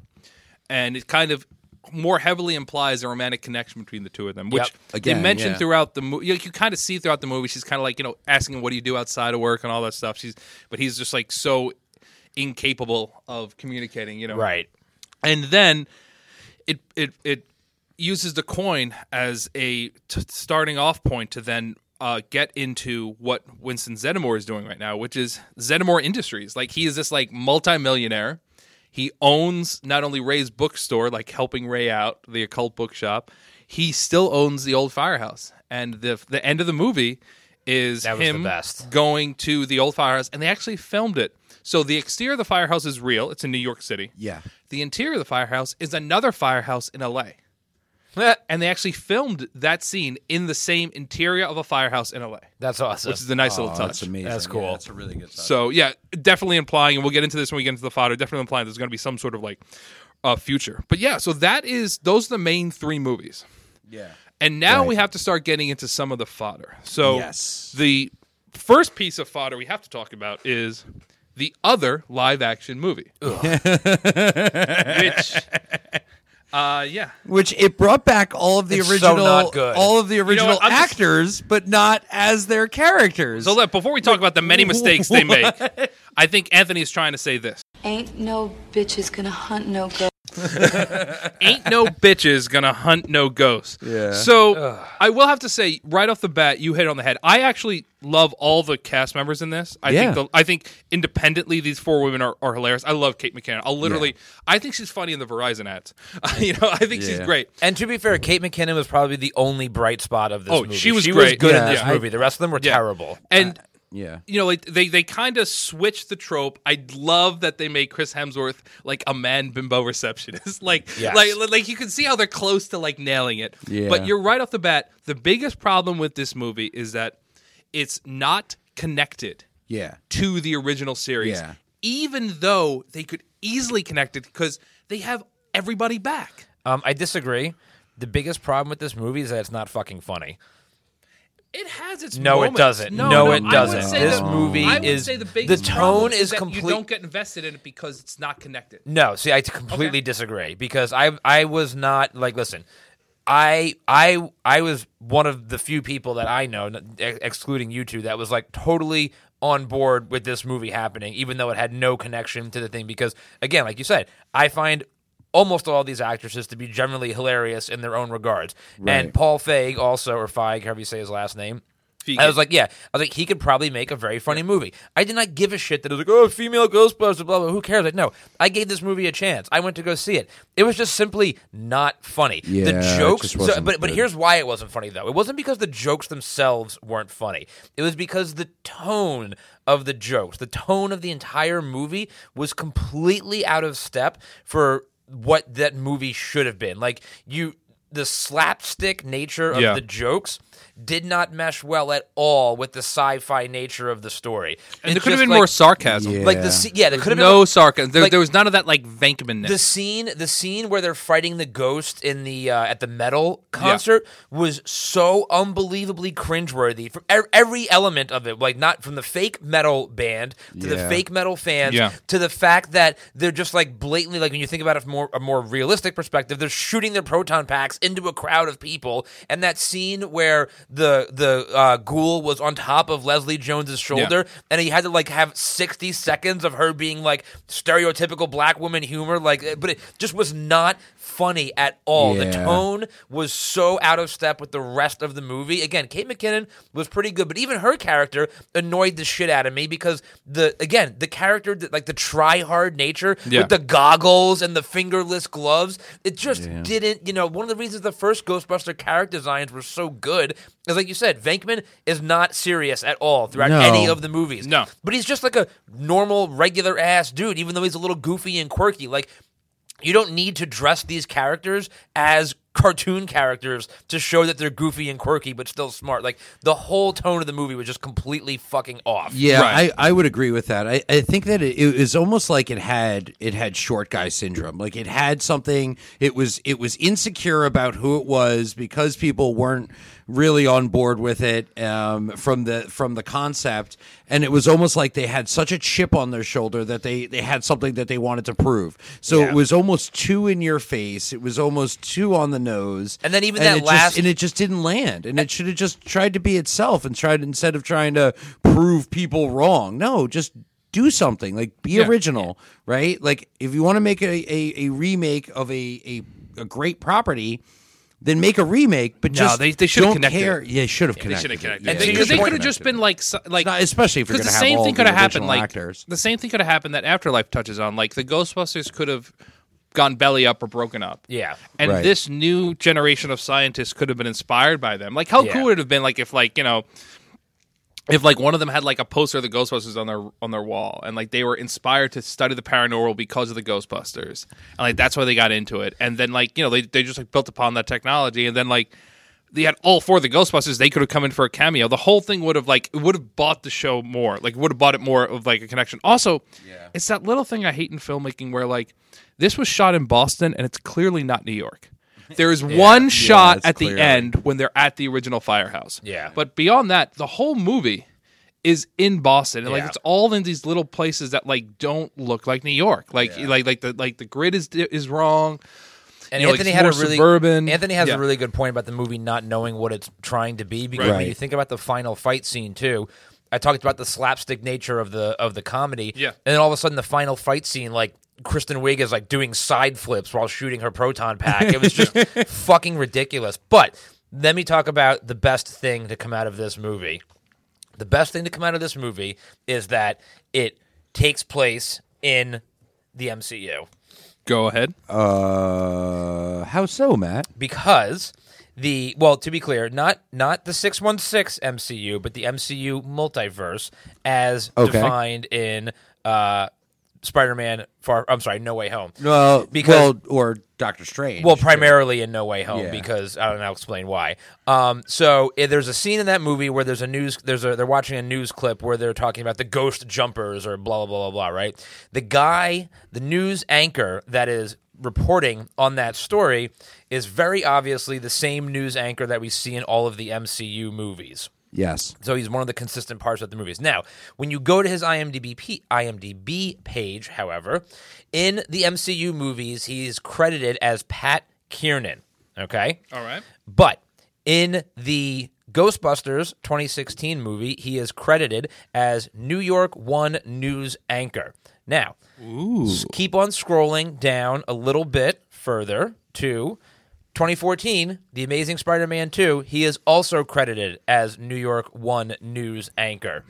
Speaker 3: And it kind of more heavily implies a romantic connection between the two of them, which
Speaker 5: Yep.
Speaker 4: Again,
Speaker 3: they mention
Speaker 4: yeah.
Speaker 3: throughout the movie. You, you kind of see throughout the movie, she's kind of like, you know, asking him, what do you do outside of work and all that stuff. She's, but he's just like so incapable of communicating, you know.
Speaker 5: Right.
Speaker 3: And then it it it uses the coin as a t- starting off point to then uh, get into what Winston Zeddemore is doing right now, which is Zeddemore Industries. Like he is this like multimillionaire. He owns not only Ray's bookstore, like helping Ray out the occult bookshop. He still owns the old firehouse, and the the end of the movie is
Speaker 5: That was the
Speaker 3: him
Speaker 5: best.
Speaker 3: going to the old firehouse, and they actually filmed it. So the exterior of the firehouse is real. It's in New York City.
Speaker 4: yeah.
Speaker 3: The interior of the firehouse is another firehouse in LA. And they actually filmed that scene in the same interior of a firehouse in LA,
Speaker 5: That's awesome.
Speaker 3: which is a nice little touch.
Speaker 4: That's amazing.
Speaker 5: That's cool.
Speaker 4: Yeah, that's a really good touch.
Speaker 3: So, yeah, definitely implying, and we'll get into this when we get into the fodder, definitely implying there's going to be some sort of like uh, future. But yeah, so that is, those are the main three movies.
Speaker 4: yeah.
Speaker 3: And now we have to start getting into some of the fodder. So,
Speaker 4: Yes.
Speaker 3: the first piece of fodder we have to talk about is the other live action movie. Which, uh, yeah.
Speaker 4: Which it brought back all of the
Speaker 5: It's so
Speaker 4: original
Speaker 5: not good.
Speaker 4: all of the original
Speaker 3: what, I'm just-
Speaker 4: actors, but not as their characters.
Speaker 3: So look, before we talk about the many mistakes they make, I think Anthony is trying to say this.
Speaker 7: Ain't no bitches gonna hunt no ghost.
Speaker 3: Ain't no bitches gonna hunt no ghosts.
Speaker 4: Yeah.
Speaker 3: So I will have to say, right off the bat, you hit it on the head. I actually love all the cast members in this. I
Speaker 4: Yeah.
Speaker 3: think the, I think independently these four women are, are hilarious. I love Kate McKinnon. I'll literally I think she's funny in the Verizon ads. you know, I think she's
Speaker 4: Yeah.
Speaker 3: great.
Speaker 5: And to be fair, Kate McKinnon was probably the only bright spot of this
Speaker 3: Oh,
Speaker 5: movie.
Speaker 3: she was great.
Speaker 5: good
Speaker 4: Yeah,
Speaker 5: in this
Speaker 4: I-
Speaker 5: movie. The rest of them were
Speaker 3: Yeah.
Speaker 5: terrible.
Speaker 3: And
Speaker 4: yeah.
Speaker 3: you know, like they they kind of switch the trope. I love that they made Chris Hemsworth like a man bimbo receptionist. like,
Speaker 5: Yes.
Speaker 3: like, like you can see how they're close to like nailing it.
Speaker 4: Yeah.
Speaker 3: But you're right off the bat. The biggest problem with this movie is that it's not connected
Speaker 4: Yeah.
Speaker 3: to the original series,
Speaker 4: Yeah.
Speaker 3: even though they could easily connect it because they have everybody back.
Speaker 5: Um, I disagree. The biggest problem with this movie is that it's not fucking funny.
Speaker 3: It has its
Speaker 5: No,
Speaker 3: moments.
Speaker 5: it doesn't. No, it
Speaker 3: I would
Speaker 5: doesn't.
Speaker 3: say
Speaker 5: This
Speaker 3: the-
Speaker 5: movie
Speaker 3: I would
Speaker 5: is
Speaker 3: say the,
Speaker 5: the
Speaker 3: biggest
Speaker 5: tone
Speaker 3: problem
Speaker 5: is
Speaker 3: that
Speaker 5: complete.
Speaker 3: You don't get invested in it because it's not connected.
Speaker 5: No, see, I t- completely
Speaker 3: Okay.
Speaker 5: disagree because I I was not like listen, I I I was one of the few people that I know, n- ex- excluding you two, that was like totally on board with this movie happening, even though it had no connection to the thing. Because again, like you said, I find almost all these actresses to be generally hilarious in their own regards, and Paul Feig also or Feig, however you say his last name. I was like, yeah. I was like, he could probably make a very funny movie. I did not give a shit that it was like, oh, female Ghostbusters, blah, blah. Who cares? Like, no, I gave this movie a chance. I went to go see it. It was just simply not funny.
Speaker 4: Yeah,
Speaker 5: the
Speaker 4: it
Speaker 5: jokes,
Speaker 4: just
Speaker 5: so-
Speaker 4: wasn't
Speaker 5: but but
Speaker 4: good.
Speaker 5: here's why it wasn't funny though. It wasn't because the jokes themselves weren't funny. It was because the tone of the jokes, the tone of the entire movie, was completely out of step for what that movie should have been. Like you, the slapstick nature of
Speaker 3: Yeah.
Speaker 5: the jokes did not mesh well at all with the sci-fi nature of the story.
Speaker 3: And there
Speaker 5: It
Speaker 3: could have
Speaker 5: just,
Speaker 3: been
Speaker 5: like-
Speaker 3: more sarcasm.
Speaker 4: Yeah.
Speaker 5: Like the se- yeah, there
Speaker 3: There's
Speaker 5: could have been
Speaker 3: no
Speaker 5: like-
Speaker 3: sarcasm. There,
Speaker 5: like-
Speaker 3: there was none of that like Venkmanness.
Speaker 5: the scene, the scene where they're fighting the ghost in the uh, at the metal concert was so unbelievably cringeworthy. For ev- every element of it, like not from the fake metal band to the
Speaker 4: Yeah.
Speaker 5: fake metal fans
Speaker 3: Yeah.
Speaker 5: to the fact that they're just like blatantly like when you think about it from more, a more realistic perspective, they're shooting their proton packs walks into a crowd of people, and that scene where the the uh, ghoul was on top of Leslie Jones's shoulder, and he had to like have sixty seconds of her being like stereotypical black woman humor, like, but it just was not funny at all. The
Speaker 4: Yeah.
Speaker 5: tone tone was so out of step with the rest of the movie. Again, Kate McKinnon was pretty good, but even her character annoyed the shit out of me because the again the character that- like the try hard nature
Speaker 3: Yeah.
Speaker 5: with the goggles and the fingerless gloves. It just didn't. You know, one of the reasons the first Ghostbuster character designs were so good is like you said, Venkman is not serious at all throughout
Speaker 4: No.
Speaker 5: any of the movies.
Speaker 3: No.
Speaker 5: but he's just like a normal, regular ass dude, even though he's a little goofy and quirky. Like you don't need to dress these characters as cartoon characters to show that they're goofy and quirky but still smart. Like the whole tone of the movie was just completely fucking off.
Speaker 4: Yeah,
Speaker 3: Right.
Speaker 4: I, I would agree with that. I, I think that it, it was almost like it had it had short guy syndrome. Like it had something. It was it was insecure about who it was because people weren't really on board with it um, from the from the concept. And it was almost like they had such a chip on their shoulder that they they had something that they wanted to prove. So it was almost too in your face. It was almost too on the nose.
Speaker 5: And then even that
Speaker 4: it just-
Speaker 5: last-
Speaker 4: and it just didn't land and it should have just tried to be itself and tried instead of trying to prove people wrong no just do something like be original right like if you want to make a, a, a remake of a, a, a great property then make a remake but
Speaker 3: No,
Speaker 4: just
Speaker 3: they- they should have
Speaker 4: don't
Speaker 3: connected
Speaker 4: care
Speaker 3: it.
Speaker 4: yeah should have
Speaker 3: They
Speaker 4: connected
Speaker 3: should have
Speaker 4: it.
Speaker 3: connected
Speaker 4: Yeah,
Speaker 5: And
Speaker 3: because
Speaker 5: to
Speaker 4: they
Speaker 5: your
Speaker 3: they,
Speaker 5: point-
Speaker 3: could have just been like, so- like
Speaker 4: Not- especially if you're
Speaker 3: 'cause
Speaker 4: gonna
Speaker 3: the
Speaker 4: have
Speaker 3: same
Speaker 4: all
Speaker 3: thing
Speaker 4: the
Speaker 3: could have happened.
Speaker 4: original
Speaker 3: Like
Speaker 4: actors.
Speaker 3: the same thing could have happened that Afterlife touches on. Like the Ghostbusters could have gone belly up or broken up.
Speaker 5: Yeah.
Speaker 3: and
Speaker 4: Right.
Speaker 3: this new generation of scientists could have been inspired by them. Like how
Speaker 5: Yeah.
Speaker 3: cool would it have been? Like if like you know. If like one of them had like a poster of the Ghostbusters on their on their wall, and like they were inspired to study the paranormal because of the Ghostbusters, and like that's why they got into it, and then like you know they they just like built upon that technology, and then like they had all four of the Ghostbusters, they could have come in for a cameo. The whole thing would have like it would have bought the show more. Like it would have bought it more of like a connection. Also, it's that little thing I hate in filmmaking where like this was shot in Boston and it's clearly not New York. There is one shot
Speaker 4: it's
Speaker 3: at the
Speaker 4: clearly-
Speaker 3: end when they're at the original firehouse.
Speaker 5: Yeah.
Speaker 3: But beyond that, the whole movie is in Boston. And like
Speaker 5: Yeah.
Speaker 3: it's all in these little places that like don't look like New York. Like like like the like the grid is is wrong.
Speaker 5: And
Speaker 3: You know,
Speaker 5: Anthony
Speaker 3: it's
Speaker 5: had a
Speaker 3: more
Speaker 5: really
Speaker 3: suburban.
Speaker 5: Anthony has
Speaker 3: Yeah.
Speaker 5: a really good point about the movie not knowing what it's trying to be because
Speaker 4: Right.
Speaker 5: when you think about the final fight scene too, I talked about the slapstick nature of the of the comedy.
Speaker 3: Yeah.
Speaker 5: And then all of a sudden the final fight scene like Kristen Wiig is like doing side flips while shooting her proton pack. It was just fucking ridiculous. But let me talk about the best thing to come out of this movie. The best thing to come out of this movie is that it takes place in the MCU.
Speaker 3: Go ahead.
Speaker 4: uh how so matt
Speaker 5: because the well to be clear not not the 616 mcu but the mcu multiverse as
Speaker 4: Okay.
Speaker 5: defined in uh spider-man far i'm sorry no way home
Speaker 4: well
Speaker 5: because
Speaker 4: well, or doctor strange
Speaker 5: well, primarily in No Way Home
Speaker 4: Yeah.
Speaker 5: because I don't know. I'll explain why. Um, so eh, there's a scene in that movie where there's a news. There's a they're watching a news clip where they're talking about the ghost jumpers or blah blah blah blah blah. Right. The guy, the news anchor that is reporting on that story, is very obviously the same news anchor that we see in all of the MCU movies.
Speaker 4: yes
Speaker 5: So he's one of the consistent parts of the movies. Now, when you go to his IMDb p- IMDb page, however, in the MCU movies, he's credited as Pat Kiernan. Okay,
Speaker 3: All right.
Speaker 5: but in the Ghostbusters 2016 movie, he is credited as New York One news anchor. Now, s- keep on scrolling down a little bit further to 2014, The Amazing Spider-Man 2. He is also credited as New York One news anchor.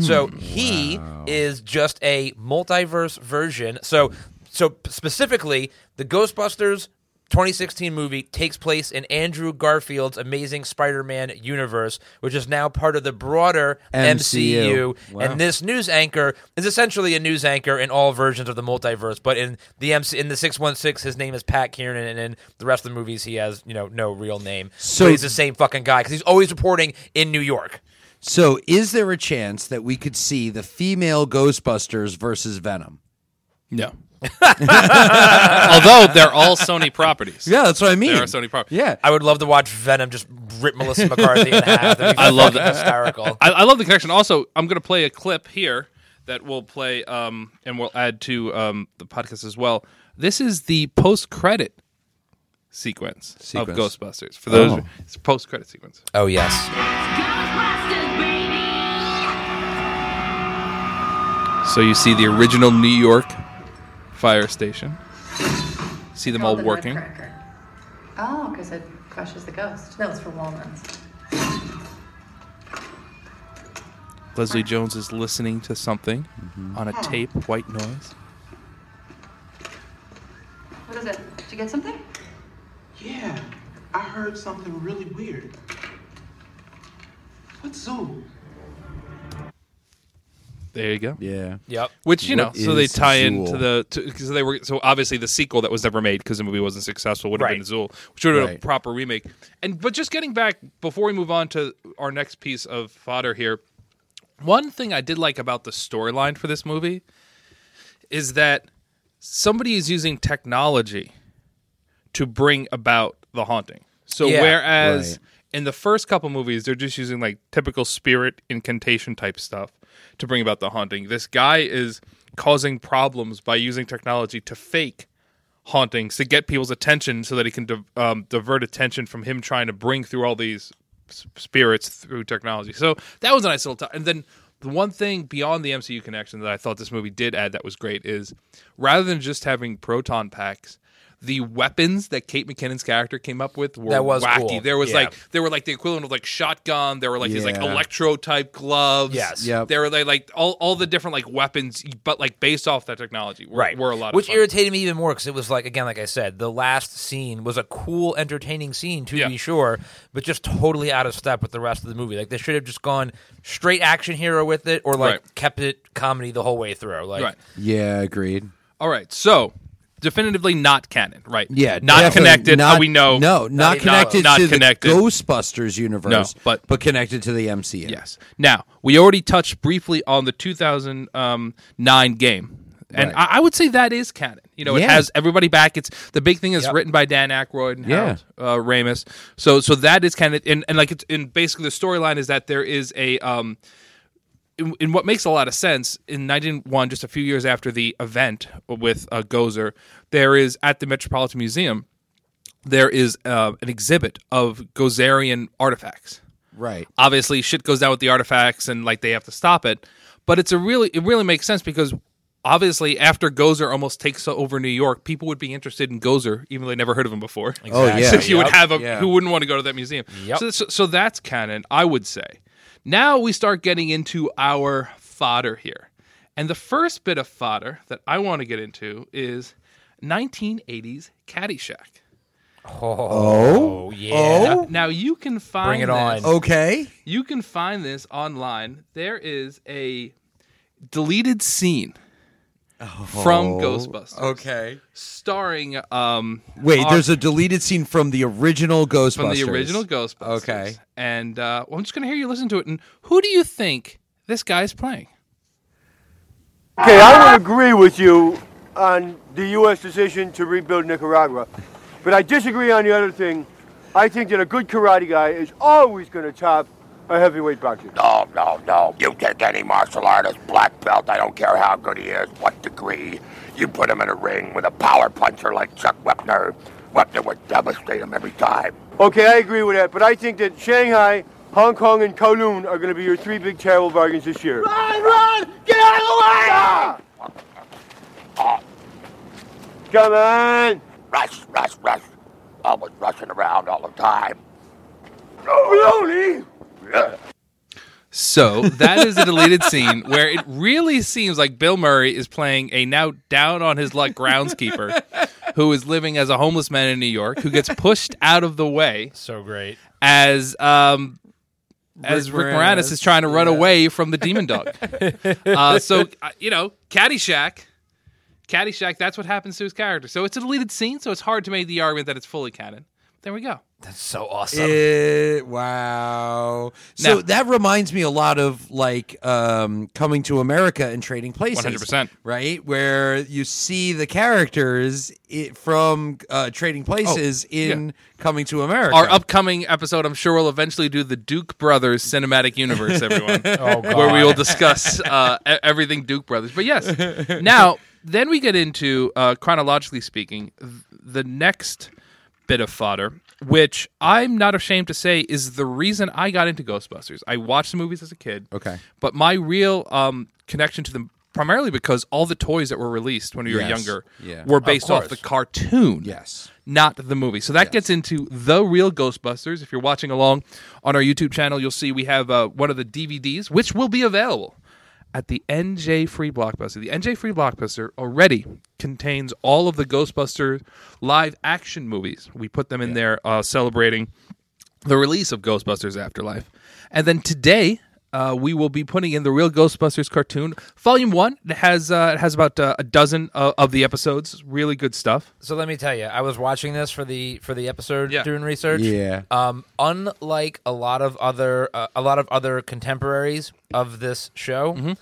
Speaker 5: so he is just a multiverse version. So, so specifically, the Ghostbusters 2016 movie takes place in Andrew Garfield's Amazing Spider-Man universe, which is now part of the broader
Speaker 4: MCU.
Speaker 5: MCU.
Speaker 4: Wow.
Speaker 5: And this news anchor is essentially a news anchor in all versions of the multiverse, but in the MC, in the 616 his name is Pat Kiernan and in the rest of the movies he has, you know, no real name.
Speaker 4: So-
Speaker 5: So he's the same fucking guy cuz he's always reporting in New York.
Speaker 4: so is there a chance that we could see the female ghostbusters versus venom
Speaker 3: No. Although they're all Sony properties.
Speaker 4: yeah that's what i mean
Speaker 3: They are Sony properties.
Speaker 4: yeah
Speaker 5: I would love to watch Venom just rip Melissa McCarthy in half.
Speaker 3: I love
Speaker 5: that. Hysterical.
Speaker 3: I, I love the connection. Also, I'm going to play a clip here that we'll play um, and we'll add to um, the podcast as well. This is the post credit sequence, of
Speaker 4: Sequence.
Speaker 3: Ghostbusters. For those,
Speaker 4: Oh.
Speaker 3: it's post credit sequence.
Speaker 5: Oh yes.
Speaker 3: So you see the original New York fire station. See them all working.
Speaker 8: Oh, because it crushes the ghost. That was for walnuts.
Speaker 3: Leslie Jones is listening to something
Speaker 4: Mm-hmm.
Speaker 3: on a tape, white noise.
Speaker 8: What is it? Did you get something?
Speaker 9: Yeah, I heard something really weird. What zoo?
Speaker 3: There you go.
Speaker 4: Yeah.
Speaker 5: Yep.
Speaker 3: Which you
Speaker 4: What
Speaker 3: know, so they
Speaker 4: is
Speaker 3: tie into
Speaker 4: Zool?
Speaker 3: the because they were so obviously the sequel that was never made because the movie wasn't successful would have been
Speaker 5: Right.
Speaker 3: Zool, which would have been a
Speaker 4: Right.
Speaker 3: proper remake. And but just getting back before we move on to our next piece of fodder here, one thing I did like about the storyline for this movie is that somebody is using technology to bring about the haunting. So
Speaker 5: Yeah.
Speaker 3: whereas
Speaker 4: Right.
Speaker 3: in the first couple movies they're just using like typical spirit incantation type stuff to bring about the haunting. This guy is causing problems by using technology to fake hauntings to get people's attention so that he can di- um, divert attention from him trying to bring through all these s- spirits through technology. So that was a nice little time. And then the one thing beyond the MCU connection that I thought this movie did add that was great is rather than just having proton packs, the weapons that Kate McKinnon's character came up with were
Speaker 5: That was
Speaker 3: wacky.
Speaker 5: cool.
Speaker 3: There was
Speaker 5: Yeah.
Speaker 3: like they were like the equivalent of like shotgun. There were like these like
Speaker 4: Yeah.
Speaker 3: electro type gloves.
Speaker 5: Yes.
Speaker 4: Yep.
Speaker 3: There were like, like all, all the different like weapons, but like based off that technology. Were,
Speaker 5: Right.
Speaker 3: Were a lot
Speaker 5: Which
Speaker 3: of fun.
Speaker 5: irritated me even more because it was like again, like I said, the last scene was a cool, entertaining scene to
Speaker 3: Yeah.
Speaker 5: be sure, but just totally out of step with the rest of the movie. Like they should have just gone straight action hero with it, or like
Speaker 3: Right.
Speaker 5: kept it comedy the whole way through. Like
Speaker 3: right.
Speaker 4: Yeah, agreed.
Speaker 3: All right, so definitively not canon, right?
Speaker 4: Yeah,
Speaker 3: not
Speaker 4: definitely
Speaker 3: connected.
Speaker 4: Not,
Speaker 3: how we know.
Speaker 4: No, not
Speaker 5: even
Speaker 4: connected
Speaker 3: not
Speaker 4: to
Speaker 3: connected.
Speaker 4: the Ghostbusters universe,
Speaker 3: No, but-
Speaker 4: but connected to the MCU.
Speaker 3: Yes. Now we already touched briefly on the 2009 game, and
Speaker 4: Right.
Speaker 3: I, I would say that is canon. You know, it
Speaker 4: Yeah.
Speaker 3: has everybody back. It's the big thing is
Speaker 5: Yep.
Speaker 3: written by Dan Aykroyd and
Speaker 4: Yeah.
Speaker 3: Harold uh, Ramis. So, so that is canon, and, and like it's in basically the storyline is that there is a um, in, in what makes a lot of sense in 1901 just a few years after the event with uh, gozer there is at the metropolitan museum there is uh, an exhibit of gozerian artifacts
Speaker 4: Right.
Speaker 3: obviously shit goes down with the artifacts and like they have to stop it but it's a really it really makes sense because obviously after gozer almost takes over new york people would be interested in gozer even though they never heard of him before
Speaker 4: Oh yeah.
Speaker 3: so you would
Speaker 5: Yep.
Speaker 3: have a
Speaker 4: Yeah.
Speaker 3: who wouldn't want to go to that museum.
Speaker 5: Yep.
Speaker 3: So, so, so that's canon, I would say. Now we start getting into our fodder here, and the first bit of fodder that I want to get into is 1980s Caddyshack.
Speaker 4: oh.
Speaker 5: Oh yeah.
Speaker 4: Oh.
Speaker 3: Now you can find
Speaker 5: Bring it
Speaker 3: this-
Speaker 5: on.
Speaker 4: Okay.
Speaker 3: You can find this online. There is a deleted scene from Ghostbusters,
Speaker 4: Oh, Okay.
Speaker 3: starring um
Speaker 4: Wait,
Speaker 3: our-
Speaker 4: there's a deleted scene from the original Ghostbusters.
Speaker 3: from the original Ghostbusters.
Speaker 4: Okay.
Speaker 3: And uh, well, I'm just going to hear you listen to it. And who do you think this guy's playing?
Speaker 10: Okay, I would agree with you on the U.S. decision to rebuild Nicaragua, but I disagree on the other thing. I think that a good karate guy is always going to top a heavyweight boxer.
Speaker 11: No, no, no. You take any martial artist, black belt, I don't care how good he is, what degree, you put him in a ring with a power puncher like Chuck Wepner, Wepner would devastate him every time.
Speaker 10: Okay, I agree with that, but I think that Shanghai, Hong Kong, and Kowloon are going to be your three big terrible bargains this year.
Speaker 11: Run, run! Get out of the way!
Speaker 10: Come on!
Speaker 11: rush, rush, rush. Always rushing around all the time.
Speaker 10: Baloney!
Speaker 11: Ugh.
Speaker 3: So that is a deleted scene where it really seems like Bill Murray is playing a now down on his luck groundskeeper who is living as a homeless man in New York who gets pushed out of the way
Speaker 5: So great.
Speaker 3: as um as Rick Moranis,
Speaker 4: Moranis,
Speaker 3: is trying to run away from the demon dog. uh, so uh, you know, Caddyshack. Caddyshack, that's what happens to his character. So it's a deleted scene, so it's hard to make the argument that it's fully canon. There we go.
Speaker 5: That's so awesome.
Speaker 4: It, wow. So
Speaker 3: Now-
Speaker 4: that reminds me a lot of like um, coming to America and trading places.
Speaker 3: 100%.
Speaker 4: Right? Where you see the characters i from uh, trading places in coming to America.
Speaker 3: Our upcoming episode, I'm sure, will eventually do the Duke Brothers cinematic universe, everyone,
Speaker 4: Oh,
Speaker 3: where we will discuss uh, e- everything Duke Brothers. But yes, now then we get into uh, chronologically speaking, th- the next bit of fodder, which I'm not ashamed to say is the reason I got into Ghostbusters. I watched the movies as a kid.
Speaker 4: Okay.
Speaker 3: But my real um, connection to them primarily because all the toys that were released when we were
Speaker 4: Yes.
Speaker 3: younger
Speaker 4: Yeah.
Speaker 3: were
Speaker 4: Of
Speaker 3: based off
Speaker 4: course.
Speaker 3: the cartoon.
Speaker 4: Yes.
Speaker 3: Not the movie. So that gets into the real Ghostbusters. If you're watching along on our YouTube channel, you'll see we have uh, one of the DVDs, which will be available at the NJ Free Blockbuster. The NJ Free Blockbuster already contains all of the Ghostbuster live action movies. We put them in there uh, celebrating the release of Ghostbusters Afterlife. And then today, uh, we will be putting in the real Ghostbusters cartoon, Volume One. It has uh, it has about uh, a dozen uh, of the episodes. Really good stuff.
Speaker 5: So let me tell you, I was watching this for the for the episode doing research.
Speaker 3: Yeah.
Speaker 5: Um, unlike a lot of other uh, a lot of other contemporaries of this show,
Speaker 4: Mm-hmm.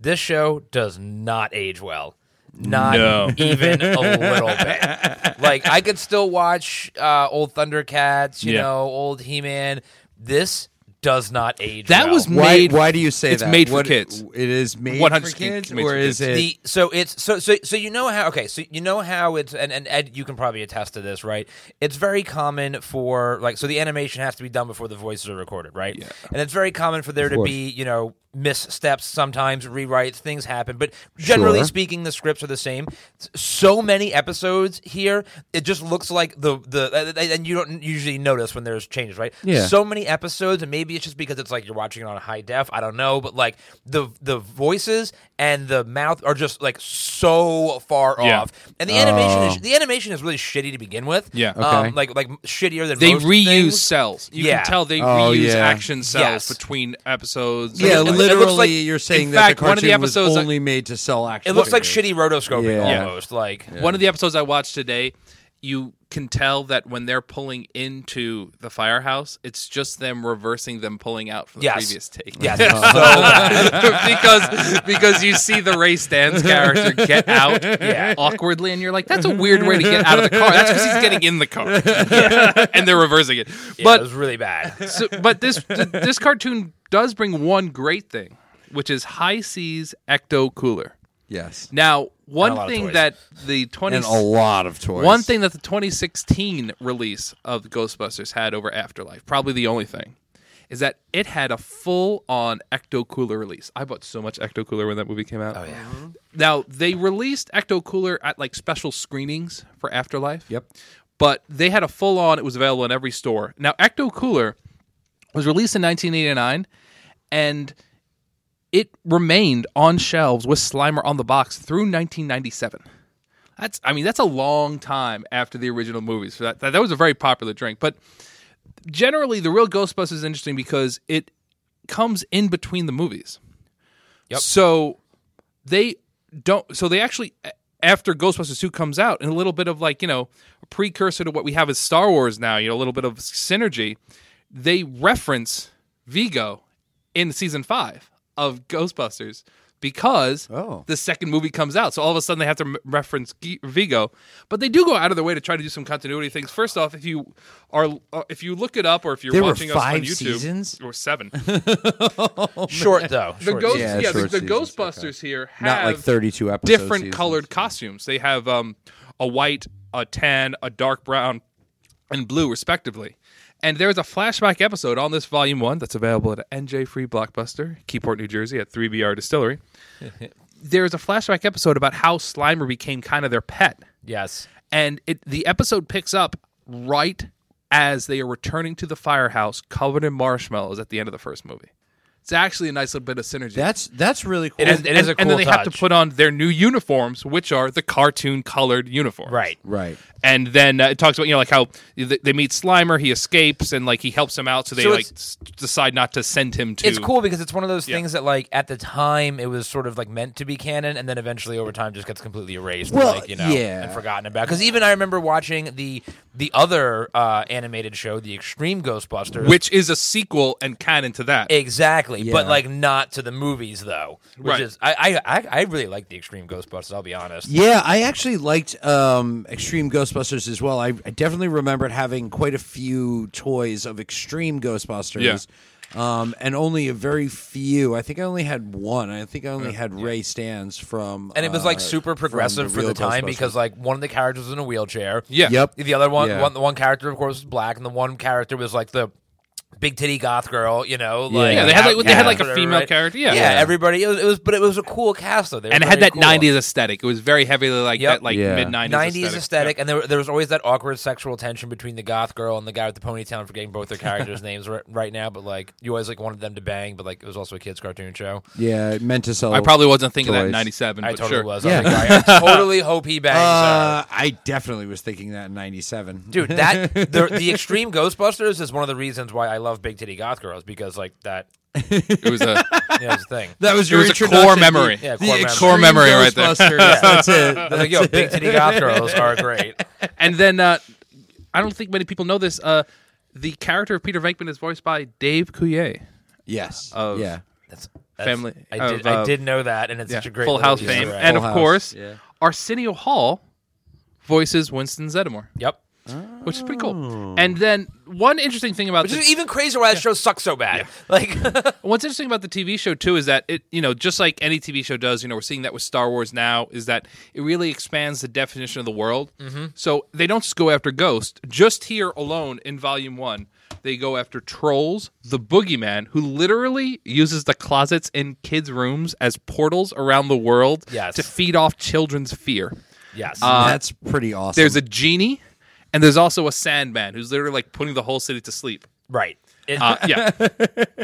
Speaker 5: this show does not age well. Not
Speaker 12: No.
Speaker 5: even a little bit. Like I could still watch uh, old Thundercats, you
Speaker 4: Yeah.
Speaker 5: know, old He Man. This does not age.
Speaker 4: That
Speaker 5: well.
Speaker 4: was Why- made- why do you say it's that? made for What- kids. it is made for
Speaker 5: 100%
Speaker 4: kids, made or for is kids. it-
Speaker 5: The- so it's so so so you know how okay so you know how it's and, and Ed you can probably attest to this right it's very common for like so the animation has to be done before the voices are recorded right yeah. and it's very common for there
Speaker 4: Of
Speaker 5: to
Speaker 4: course.
Speaker 5: be you know missteps sometimes rewrites things happen but generally
Speaker 4: Sure.
Speaker 5: speaking the scripts are the same S- so many episodes here it just looks like the the and- and you don't usually notice when there's changes right
Speaker 4: Yeah.
Speaker 5: so many episodes and maybe it's just because it's like you're watching it on high def i don't know but like the the voices and the mouth are just like so far
Speaker 3: Yeah.
Speaker 5: off and the animation
Speaker 3: Oh.
Speaker 5: is the animation is really shitty to begin with
Speaker 3: Yeah. Okay.
Speaker 5: um, like like shittier than
Speaker 3: They
Speaker 5: most
Speaker 3: reuse
Speaker 5: things.
Speaker 3: cells. You
Speaker 5: yeah
Speaker 3: can tell they
Speaker 4: Oh,
Speaker 3: reuse
Speaker 4: yeah.
Speaker 3: action cells
Speaker 5: Yes.
Speaker 3: between episodes. It
Speaker 4: Yeah,
Speaker 3: looks like- it looks
Speaker 4: literally,
Speaker 3: like-
Speaker 4: you're saying
Speaker 3: in
Speaker 4: that
Speaker 3: fact,
Speaker 4: the cartoon
Speaker 3: one of the episodes
Speaker 4: was
Speaker 3: I-
Speaker 4: only made to sell action.
Speaker 5: it looks like
Speaker 4: figures.
Speaker 5: shitty rotoscoping
Speaker 4: Yeah.
Speaker 5: almost like
Speaker 3: one of the episodes I watched today, you can tell that when they're pulling into the firehouse, it's just them reversing them pulling out from the
Speaker 5: Yes.
Speaker 3: previous take.
Speaker 5: Yes, it's so bad.
Speaker 3: because because you see the Ray Stans character get out
Speaker 5: Yeah.
Speaker 3: awkwardly, and you're like, "That's a weird way to get out of the car." That's because he's getting in the car, and they're reversing it.
Speaker 5: Yeah,
Speaker 3: but
Speaker 5: it was really bad.
Speaker 3: so, but this th- this cartoon does bring one great thing, which is high seas ecto cooler.
Speaker 4: Yes.
Speaker 3: Now,
Speaker 4: And a lot
Speaker 3: one
Speaker 4: of
Speaker 3: thing
Speaker 4: toys.
Speaker 3: that the 20
Speaker 4: And a lot of toys.
Speaker 3: One thing that the 2016 release of Ghostbusters had over Afterlife, probably the only thing, is that it had a full-on Ecto Cooler release. I bought so much Ecto Cooler when that movie came out. Oh yeah. Now they released Ecto Cooler at like special screenings for Afterlife. Yep. But they had a full-on. It was available in every store. Now Ecto Cooler was released in 1989, and it remained on shelves with Slimer on the box through 1997. That's I mean that's a long time after the original movies. So that that, that was a very popular drink, but generally the real Ghostbusters is interesting because it comes in between the movies.
Speaker 5: Yep.
Speaker 3: So they don't. So they actually a- after Ghostbusters two comes out, and a little bit of like you know a precursor to what we have as Star Wars now, you know a little bit of synergy. They reference Vigo in season five of Ghostbusters because
Speaker 4: Oh.
Speaker 3: the second movie comes out. So all of a sudden they have to m- reference G- Vigo, but they do go out of their way to try to do some continuity things. First off, if you are uh, if you look it up or if you're
Speaker 4: There were
Speaker 3: watching us on
Speaker 4: five
Speaker 3: YouTube
Speaker 4: seasons?
Speaker 3: or seven, Oh,
Speaker 5: Short, though.
Speaker 3: the
Speaker 5: Short
Speaker 3: ghost, yeah,
Speaker 5: seasons.
Speaker 4: Yeah,
Speaker 3: the,
Speaker 4: short
Speaker 3: the
Speaker 4: seasons,
Speaker 3: Ghostbusters here have
Speaker 4: Not like 32 episode
Speaker 3: different
Speaker 4: seasons.
Speaker 3: colored costumes. They have um, a white, a tan, a dark brown, and blue, respectively. And there is a flashback episode on this volume one that's available at NJ Free Blockbuster, Keyport, New Jersey, at 3BR Distillery. there is a flashback episode about how Slimer became kind of their pet.
Speaker 5: Yes.
Speaker 3: And it the episode picks up right as they are returning to the firehouse covered in marshmallows at the end of the first movie. It's actually a nice little bit of synergy.
Speaker 4: That's that's really cool.
Speaker 3: It is, and, and then they have to put on their new uniforms, which are the cartoon colored uniforms. Right.
Speaker 4: Right.
Speaker 3: And then uh, it talks about you know like how th- they meet Slimer, he escapes, and like he helps him out, so they
Speaker 5: So
Speaker 3: like
Speaker 5: it's-
Speaker 3: s- decide not to send him to.
Speaker 5: It's cool because it's one of those things that, like, at the time, it was sort of like meant to be canon, and then eventually over time just gets completely erased,
Speaker 4: Well,
Speaker 5: like you know,
Speaker 4: yeah.
Speaker 5: and forgotten about. Because even I remember watching the the other uh, animated show, the Extreme Ghostbusters,
Speaker 3: which is a sequel and canon to that.
Speaker 5: exactly exactly, but
Speaker 4: Yeah.
Speaker 5: like not to the movies though, which
Speaker 4: Right.
Speaker 5: is I, I I I really like the Extreme Ghostbusters. I'll be honest.
Speaker 4: Yeah, I actually liked um, Extreme Ghostbusters as well. I, I definitely remembered having quite a few toys of Extreme Ghostbusters.
Speaker 3: Yeah.
Speaker 4: Um, and only a very few. I think I only had one. I think I only had Ray Stans from.
Speaker 5: and it was
Speaker 4: uh,
Speaker 5: like super
Speaker 4: from
Speaker 5: progressive for
Speaker 4: real
Speaker 5: the time
Speaker 4: Ghostbusters.
Speaker 5: because like one of the characters was in a wheelchair.
Speaker 4: Yeah. Yep.
Speaker 5: The other one,
Speaker 4: Yeah.
Speaker 5: one, the one character of course was black, and the one character was like the big titty goth girl. You know, like
Speaker 3: Yeah, they had, like- they had, like, a
Speaker 5: outcast or
Speaker 3: female
Speaker 5: whatever,
Speaker 3: character, yeah.
Speaker 5: yeah.
Speaker 3: Yeah.
Speaker 5: Everybody. It was, it was, but it was a cool cast though. They were
Speaker 3: and it had
Speaker 5: very
Speaker 3: that
Speaker 5: cool.
Speaker 3: 90s aesthetic. It was very heavily like
Speaker 5: Yep.
Speaker 3: that, like mid 90s.
Speaker 5: 90s aesthetic, and there, there was always that awkward sexual tension between the goth girl and the guy with the ponytail. I'm forgetting both their characters' names right, right now, but like you always like wanted them to bang, but like it was also a kids' cartoon show.
Speaker 4: Yeah, it meant to sell.
Speaker 3: I probably wasn't thinking that in
Speaker 4: toys.
Speaker 3: 97,
Speaker 5: I
Speaker 3: but
Speaker 5: totally
Speaker 3: sure.
Speaker 5: was. I was like, I totally hope he bangs
Speaker 4: Uh, I definitely was thinking that in '97,
Speaker 5: dude that the, the extreme ghostbusters is one of the reasons why i love big titty goth girls because like that
Speaker 3: it was a
Speaker 5: yeah, it was a thing
Speaker 4: That was It your was a core
Speaker 3: introduction. memory. The
Speaker 5: yeah core memory,
Speaker 3: extreme Core memory right there. Ghostbusters,
Speaker 5: Yeah.
Speaker 3: that's it,
Speaker 5: I was like
Speaker 3: that's
Speaker 5: yo
Speaker 3: it.
Speaker 5: big titty goth girls are great
Speaker 3: and then uh, I don't think many people know this. Uh, the character of Peter Venkman is voiced by Dave Coulier.
Speaker 4: Yes.
Speaker 3: Of
Speaker 4: Yeah.
Speaker 5: That's, that's-
Speaker 3: family.
Speaker 5: I did-
Speaker 3: of,
Speaker 5: I
Speaker 3: uh,
Speaker 5: did know that, and it's such a great
Speaker 3: Full
Speaker 5: little
Speaker 3: House
Speaker 5: Easter
Speaker 3: fame.
Speaker 5: egg.
Speaker 3: And
Speaker 5: Full
Speaker 3: of
Speaker 5: House,
Speaker 3: course,
Speaker 5: yeah.
Speaker 3: Arsenio Hall voices Winston Zeddemore.
Speaker 5: Yep.
Speaker 3: Which is pretty cool. And then one interesting thing about
Speaker 5: which
Speaker 3: this,
Speaker 5: is even crazier why that show sucks so bad like
Speaker 3: What's interesting about the TV show too is that it, you know, just like any TV show does, you know, we're seeing that with Star Wars now, is that it really expands the definition of the world.
Speaker 5: Mhm.
Speaker 3: So they don't just go after ghosts. Just here alone in Volume One, they go after trolls, the boogeyman, who literally uses the closets in kids' rooms as portals around the world
Speaker 5: Yes.
Speaker 3: to feed off children's fear.
Speaker 5: Yes.
Speaker 3: Uh,
Speaker 4: That's pretty awesome.
Speaker 3: There's a genie, and there's also a Sandman who's literally like putting the whole city to sleep.
Speaker 5: Right. It-
Speaker 3: Uh, yeah.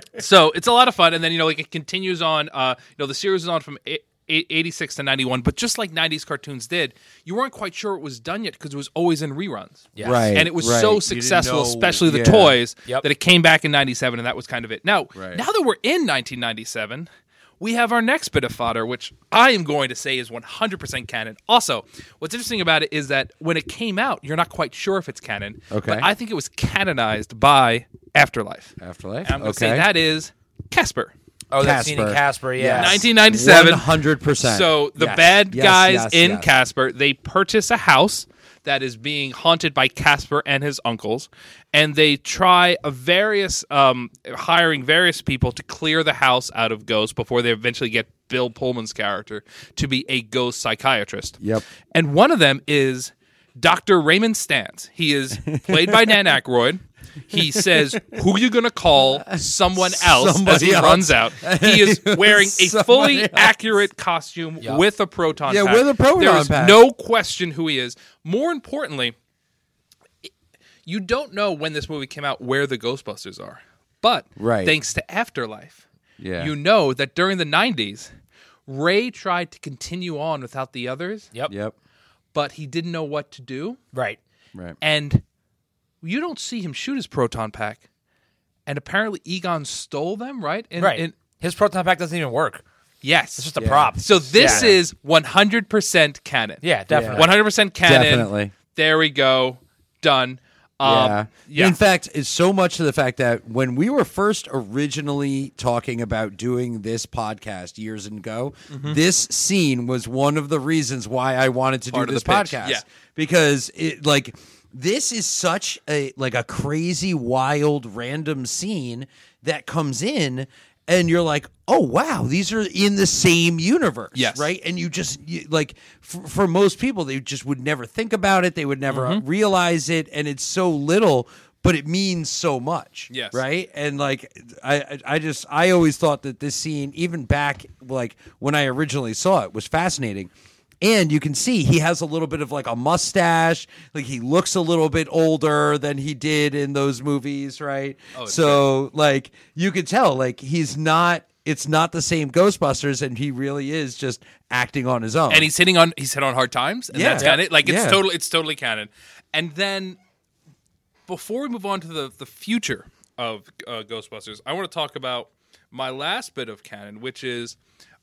Speaker 3: so it's a lot of fun, and then you know, like it continues on. Uh, you know, the series is on from. eight- eight- 86 to 91 but just like 90s cartoons did you weren't quite sure it was done yet because it was always in reruns
Speaker 5: Yes. Right,
Speaker 3: and it was
Speaker 5: right. You
Speaker 3: so
Speaker 5: didn't
Speaker 3: successful
Speaker 5: know-
Speaker 3: especially the
Speaker 5: yeah.
Speaker 3: toys
Speaker 5: Yep.
Speaker 3: that it came back in 97 and that was kind of it now now that we're in 1997 we have our next bit of fodder which i am going to say is 100% canon also what's interesting about it is that when it came out you're not quite sure if it's canon
Speaker 4: Okay.
Speaker 3: but i think it was canonized by afterlife
Speaker 4: Afterlife.
Speaker 3: and I'm going to say
Speaker 4: Okay.
Speaker 3: that is Casper.
Speaker 5: Oh, that scene in Casper. Casper, yes.
Speaker 3: 1997.
Speaker 4: 100%.
Speaker 3: So the
Speaker 4: Yes.
Speaker 3: bad
Speaker 4: Yes,
Speaker 3: guys
Speaker 4: yes,
Speaker 3: in
Speaker 4: yes.
Speaker 3: Casper, they purchase a house that is being haunted by Casper and his uncles, and they try a various um, hiring various people to clear the house out of ghosts before they eventually get Bill Pullman's character to be a ghost psychiatrist.
Speaker 4: Yep.
Speaker 3: And one of them is Dr. Raymond Stantz. He is played by Dan Aykroyd. He says, Who you going to call someone else as
Speaker 4: Somebody
Speaker 3: he
Speaker 4: else.
Speaker 3: runs out? He is wearing a
Speaker 4: Somebody
Speaker 3: fully
Speaker 4: else.
Speaker 3: accurate costume
Speaker 4: Yeah.
Speaker 3: with a proton
Speaker 4: Yeah,
Speaker 3: pack.
Speaker 4: with a proton
Speaker 3: There is
Speaker 4: pack.
Speaker 3: no question who he is. More importantly, you don't know when this movie came out where the Ghostbusters are. But
Speaker 4: Right.
Speaker 3: thanks to Afterlife,
Speaker 4: Yeah.
Speaker 3: you know that during the 90s, Ray tried to continue on without the others.
Speaker 5: Yep.
Speaker 4: Yep.
Speaker 3: But he didn't know what to do.
Speaker 5: Right.
Speaker 4: Right.
Speaker 3: And you don't see him shoot his proton pack. And apparently Egon stole them, right? In,
Speaker 5: right
Speaker 3: in-
Speaker 5: his proton pack doesn't even work
Speaker 3: yes.
Speaker 5: it's just a prop
Speaker 3: So this
Speaker 5: Yeah.
Speaker 3: is 100% canon.
Speaker 5: Yeah, definitely.
Speaker 3: 100% canon.
Speaker 4: Definitely.
Speaker 3: There we go. Done. Um,
Speaker 4: yeah.
Speaker 3: yeah.
Speaker 4: In fact, it's so much to the fact that when we were first originally talking about doing this podcast years ago,
Speaker 3: Mm-hmm.
Speaker 12: Mhm.
Speaker 4: this scene was one of the reasons why I wanted to
Speaker 12: Part
Speaker 4: do
Speaker 12: of
Speaker 4: this
Speaker 12: the pitch,
Speaker 4: podcast.
Speaker 12: yeah.
Speaker 4: Because it like this is such a like a crazy wild random scene that comes in and you're like, "Oh wow, these are in the same universe."
Speaker 3: Yes.
Speaker 4: Right? And you just you, like for, for most people they just would never think about it. They would never
Speaker 3: Mhm.
Speaker 4: realize it and it's so little but it means so much
Speaker 3: Yes.
Speaker 4: right and like I- I, I just i always thought that this scene even back like when i originally saw it was fascinating and you can see he has a little bit of like a mustache like he looks a little bit older than he did in those movies right
Speaker 12: Oh, it's
Speaker 4: so like you could tell like he's not it's not the same ghostbusters and he really is just acting on his own
Speaker 3: and he's hitting on he's hit on hard times and
Speaker 4: Yeah.
Speaker 3: that's kind
Speaker 4: Yeah.
Speaker 3: of like it's
Speaker 4: Yeah.
Speaker 3: totally it's totally canon and then before we move on to the the future of uh, ghostbusters i want to talk about my last bit of canon which is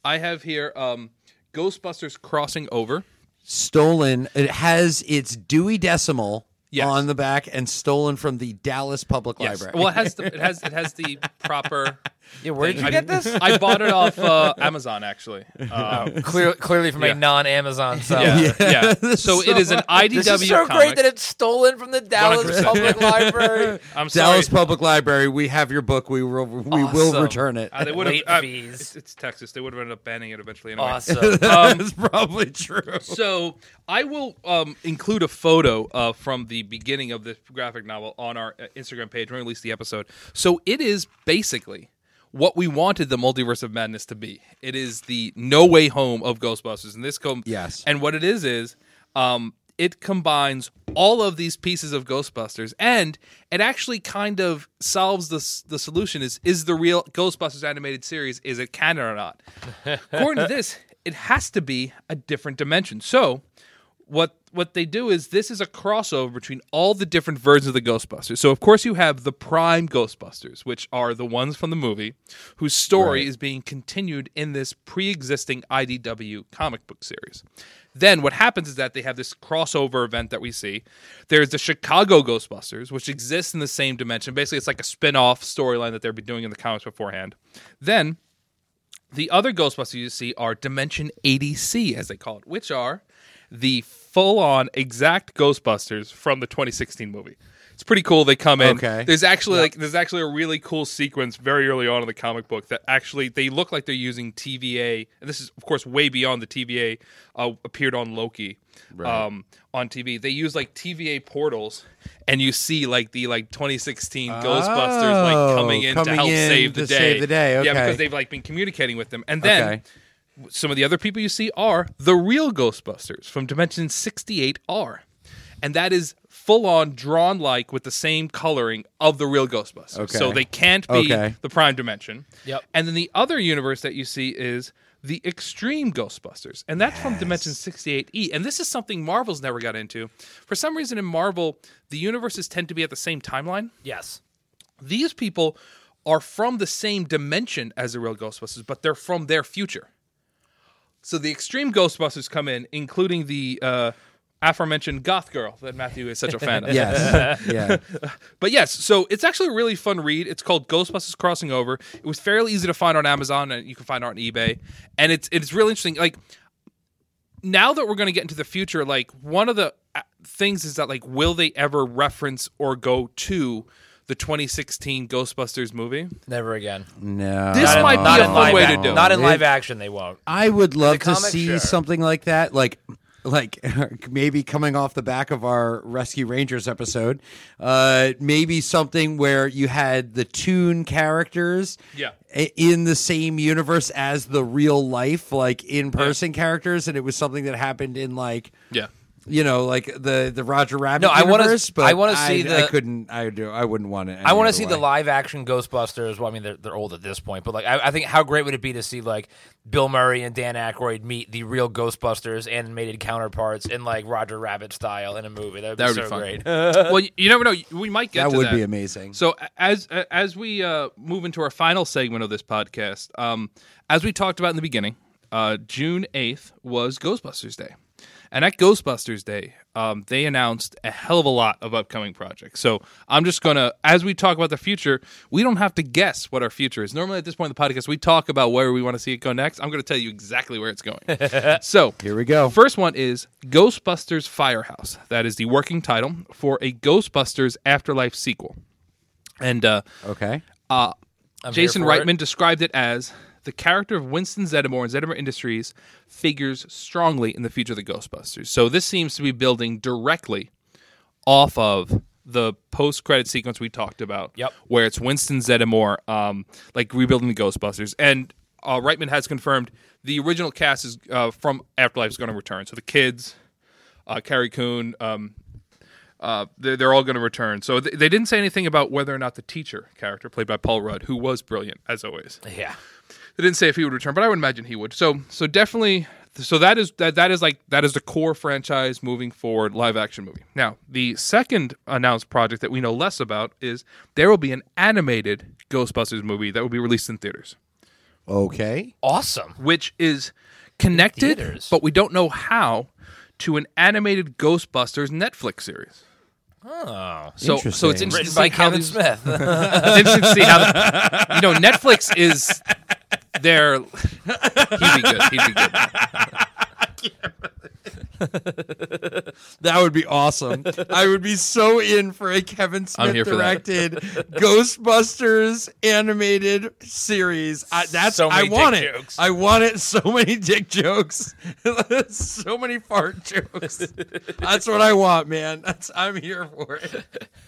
Speaker 3: i have here um ghostbusters crossing over
Speaker 4: stolen. It has its Dewey Decimal
Speaker 3: Yes.
Speaker 4: on the back and stolen from the Dallas Public
Speaker 3: Yes.
Speaker 4: Library.
Speaker 3: well it has the it has it has the proper
Speaker 5: Yeah, where did you get this?
Speaker 3: I bought it off uh, Amazon, actually. Uh,
Speaker 5: Oh, clear- clearly from a non-Amazon site.
Speaker 3: Yeah, yeah. So it is an IDW.
Speaker 5: This is so
Speaker 3: comic.
Speaker 5: great that it's stolen from the Dallas
Speaker 3: 100%.
Speaker 5: Public Library.
Speaker 3: I'm sorry.
Speaker 4: Dallas Public Library. We have your book. We will. We will
Speaker 5: Awesome.
Speaker 4: return it.
Speaker 3: Uh, they would have.
Speaker 5: Late
Speaker 3: Uh,
Speaker 5: fees.
Speaker 3: it's, it's Texas. They would have ended up banning it eventually. Anyway.
Speaker 5: Awesome.
Speaker 4: That's probably true.
Speaker 3: Um, So I will um, include a photo uh, from the beginning of this graphic novel on our uh, Instagram page when we release the episode. So it is basically what we wanted the multiverse of madness to be. It is the no way home of Ghostbusters, and this com-
Speaker 4: Yes.
Speaker 3: And what it is is um, it combines all of these pieces of Ghostbusters, and it actually kind of solves the s- the solution is is the real Ghostbusters animated series is it canon or not? According to this, it has to be a different dimension. So what what they do is this is a crossover between all the different versions of the Ghostbusters. So of course you have the prime Ghostbusters, which are the ones from the movie, whose story is being continued in this pre-existing IDW comic book series. Then what happens is that they have this crossover event that we see. There's the Chicago Ghostbusters, which exists in the same dimension. Basically, it's like a spin-off storyline that they've been doing in the comics beforehand. Then the other Ghostbusters you see are Dimension 80C, as they call it, which are the full on exact Ghostbusters from the 2016 movie. It's pretty cool. They come in.
Speaker 4: Okay.
Speaker 3: There's actually like there's actually a really cool sequence very early on in the comic book that actually they look like they're using TVA. And this is of course way beyond the TVA uh, appeared on Loki um, on TV. They use like TVA portals, and you see like the like 2016 Ghostbusters like coming in
Speaker 4: Oh, coming
Speaker 3: to help
Speaker 4: in
Speaker 3: save the
Speaker 4: to
Speaker 3: day.
Speaker 4: save the day,
Speaker 3: Yeah, because
Speaker 4: okay.
Speaker 3: they they've like been communicating with them. And then
Speaker 4: Okay.
Speaker 3: some of the other people you see are the real Ghostbusters from Dimension 68R. And that is full on drawn like with the same coloring of the real Ghostbusters.
Speaker 4: Okay.
Speaker 3: So they can't be
Speaker 4: Okay.
Speaker 3: the prime dimension.
Speaker 5: Yep.
Speaker 3: And then the other universe that you see is the extreme Ghostbusters. And that's from Dimension 68E. And this is something Marvel's never got into. For some reason in Marvel, the universes tend to be at the same timeline
Speaker 5: yes.
Speaker 3: these people are from the same dimension as the real Ghostbusters, but they're from their future. So the extreme Ghostbusters come in, including the uh, aforementioned goth girl that Matthew is such a fan of.
Speaker 4: Yes. yeah.
Speaker 3: But yes, so it's actually a really fun read. It's called Ghostbusters Crossing Over. It was fairly easy to find on Amazon, and you can find it on eBay. And it's it's really interesting. Like now that we're going to get into the future, like one of the uh, things is that like will they ever reference or go to the 2016 Ghostbusters movie?
Speaker 5: Never again.
Speaker 4: No.
Speaker 3: This
Speaker 5: Not in-
Speaker 3: might be
Speaker 5: not
Speaker 3: a
Speaker 5: in
Speaker 3: fun
Speaker 5: live
Speaker 3: way
Speaker 5: ac-
Speaker 3: to do it.
Speaker 5: Not in live
Speaker 4: It-
Speaker 5: action, they won't.
Speaker 4: I would love to
Speaker 5: comic,
Speaker 4: see
Speaker 5: sure.
Speaker 4: something like that, like like maybe coming off the back of our Rescue Rangers episode, uh, maybe something where you had the Toon characters,
Speaker 3: Yeah.
Speaker 4: i- in the same universe as the real life, like in person characters, and it was something that happened in like.
Speaker 3: Yeah.
Speaker 4: You know, like the the Roger Rabbit.
Speaker 5: No, I wanna-
Speaker 4: universe, but
Speaker 5: I wanna see
Speaker 4: I
Speaker 5: the-
Speaker 4: couldn't. I do. I wouldn't want it.
Speaker 5: I
Speaker 4: want to
Speaker 5: see the live action Ghostbusters. Well, I mean, they're, they're old at this point, but like, I, I think how great would it be to see like Bill Murray and Dan Aykroyd meet the real Ghostbusters animated counterparts in like Roger Rabbit style in a movie? That would be
Speaker 3: That would
Speaker 5: so
Speaker 3: be fun.
Speaker 5: great.
Speaker 3: well, you, you never know. We might get
Speaker 4: That
Speaker 3: to
Speaker 4: would be amazing.
Speaker 3: So a- as a- as we uh, move into our final segment of this podcast, um, as we talked about in the beginning, uh, June eighth was Ghostbusters Day, and at Ghostbusters Day, um, they announced a hell of a lot of upcoming projects. So I'm just gonna, as we talk about the future, we don't have to guess what our future is. Normally at this point in the podcast, we talk about where we want to see it go next. I'm gonna tell you exactly where it's going. so
Speaker 4: Here we go.
Speaker 3: First one is Ghostbusters Firehouse. That is the working title for a Ghostbusters Afterlife sequel. And uh,
Speaker 4: Okay.
Speaker 3: uh, Jason
Speaker 5: here for
Speaker 3: Reitman described it as the character of Winston Zeddemore in Zeddemore Industries figures strongly in the future of the Ghostbusters. So this seems to be building directly off of the post-credit sequence we talked about,
Speaker 5: Yep.
Speaker 3: where it's Winston Zeddemore, um, like rebuilding the Ghostbusters, and uh, Reitman has confirmed the original cast is uh, from Afterlife is going to return. So the kids, uh, Carrie Coon, um, uh, they're, they're all going to return. So th- they didn't say anything about whether or not the teacher character, played by Paul Rudd, who was brilliant as always,
Speaker 5: Yeah.
Speaker 3: they didn't say if he would return, but I would imagine he would. So so definitely so that is that that is like that is the core franchise moving forward live action movie. Now, the second announced project that we know less about is there will be an animated Ghostbusters movie that will be released in theaters,
Speaker 4: Okay.
Speaker 5: Awesome.
Speaker 3: which is connected,
Speaker 5: theaters.
Speaker 3: but we don't know how to an animated Ghostbusters Netflix series.
Speaker 5: Oh,
Speaker 3: So, so it's
Speaker 5: Interesting.
Speaker 3: interesting to
Speaker 5: Written
Speaker 3: see
Speaker 5: by
Speaker 3: how
Speaker 5: Kevin
Speaker 3: these-
Speaker 5: Smith.
Speaker 3: it's interesting to see how you know Netflix is their. He'd be good. He'd be good.
Speaker 4: That would be awesome. I would be so in for a Kevin
Speaker 3: I'm
Speaker 4: Smith
Speaker 3: here for that.
Speaker 4: directed Ghostbusters animated series. I, that's
Speaker 5: So
Speaker 4: I
Speaker 5: many
Speaker 4: want
Speaker 5: dick
Speaker 4: it.
Speaker 5: jokes.
Speaker 4: I want it. So many dick jokes. so many fart jokes. That's what I want, man. That's I'm here for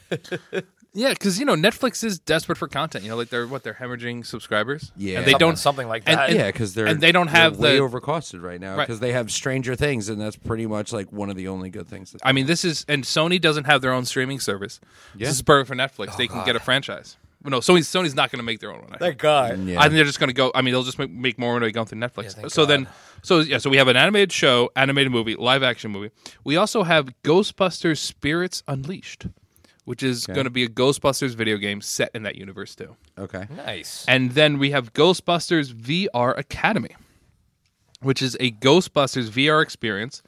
Speaker 4: it.
Speaker 3: Yeah, because you know Netflix is desperate for content. You know, like they're what they're hemorrhaging subsibers.
Speaker 4: Yeah,
Speaker 3: and they don't
Speaker 5: something like
Speaker 3: and-
Speaker 5: that.
Speaker 3: and-
Speaker 4: yeah, because they're
Speaker 3: and they don't have
Speaker 4: they're
Speaker 3: the
Speaker 4: way overcosted right now
Speaker 3: Right.
Speaker 4: because they have Stranger Things, and that's pretty much like one of the only good things. That
Speaker 3: I mean, this is and Sony doesn't have their own streaming service.
Speaker 4: Yeah.
Speaker 3: This is perfect for Netflix. they can
Speaker 4: God.
Speaker 3: get a franchise. Well, no, Sony's Sony's not going to make their own one. I
Speaker 5: Thank
Speaker 3: think.
Speaker 5: God.
Speaker 4: Yeah.
Speaker 3: I think they're just going to go. I mean, they'll just make, make more money going through Netflix.
Speaker 5: thank
Speaker 3: so then, so yeah, so we have an animated show, animated movie, live action movie. We also have Ghostbusters: Spirits Unleashed, which is going to be a Ghostbusters video game set in that universe too.
Speaker 4: okay.
Speaker 5: Nice.
Speaker 3: And then we have Ghostbusters VR Academy, which is a Ghostbusters VR experience.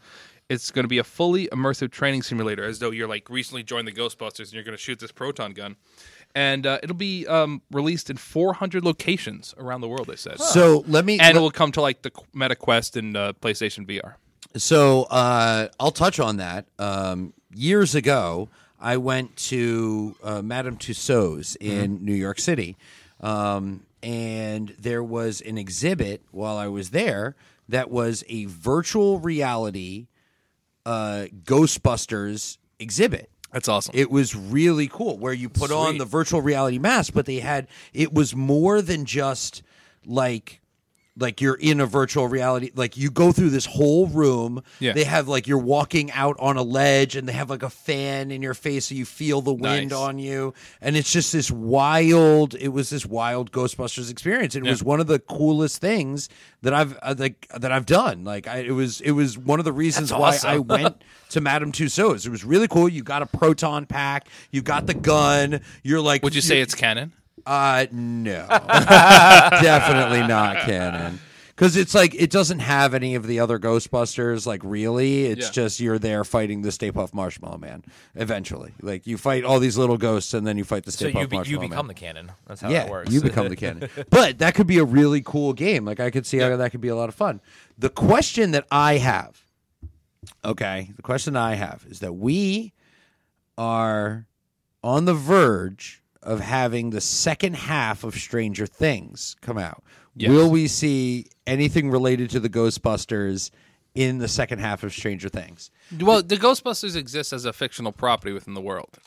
Speaker 3: It's going to be a fully immersive training simulator, as though you're like recently joined the Ghostbusters and you're going to shoot this proton gun. And uh, it'll be um, released in 400 locations around the world. They said
Speaker 4: So let me-
Speaker 3: and
Speaker 4: let-
Speaker 3: it will come to like the Qu- Meta Quest and uh, PlayStation VR.
Speaker 4: So uh, I'll touch on that. Um, years ago, I went to uh, Madame Tussauds in New York City, um, and there was an exhibit while I was there that was a virtual reality uh, Ghostbusters exhibit.
Speaker 3: That's awesome.
Speaker 4: It was really cool where you put on the virtual reality mask, but they had it was more than just like like you're in a virtual reality like you go through this whole room
Speaker 3: Yeah.
Speaker 4: they have like you're walking out on a ledge and they have like a fan in your face so you feel the wind
Speaker 3: Nice.
Speaker 4: on you and it's just this wild it was this wild ghostbusters experience it
Speaker 3: Yeah.
Speaker 4: was one of the coolest things that i've uh, like that i've done like I, it was it was one of the reasons
Speaker 5: That's
Speaker 4: why
Speaker 5: awesome.
Speaker 4: i went to Madame Tussauds. It was really cool. You got a proton pack. You got the gun. You're like,
Speaker 3: Would you say it's canon?
Speaker 4: Uh, no, definitely not canon. Because it's like it doesn't have any of the other Ghostbusters. Like really, it's
Speaker 3: Yeah.
Speaker 4: just you're there fighting the Stay Puft Marshmallow Man. Eventually, like you fight all these little ghosts, and then you fight the
Speaker 5: So
Speaker 4: Stay Puft
Speaker 5: you, be,
Speaker 4: Marshmallow
Speaker 5: you
Speaker 4: Man.
Speaker 5: become the canon. That's how
Speaker 4: yeah,
Speaker 5: that works.
Speaker 4: you become the canon. But that could be a really cool game. Like I could see how that could be a lot of fun. The question that I have, okay, the question I have is that we are on the verge of having the second half of Stranger Things come out.
Speaker 3: Yes.
Speaker 4: Will we see anything related to the Ghostbusters in the second half of Stranger Things?
Speaker 3: Well, the Ghostbusters exists as a fictional property within the world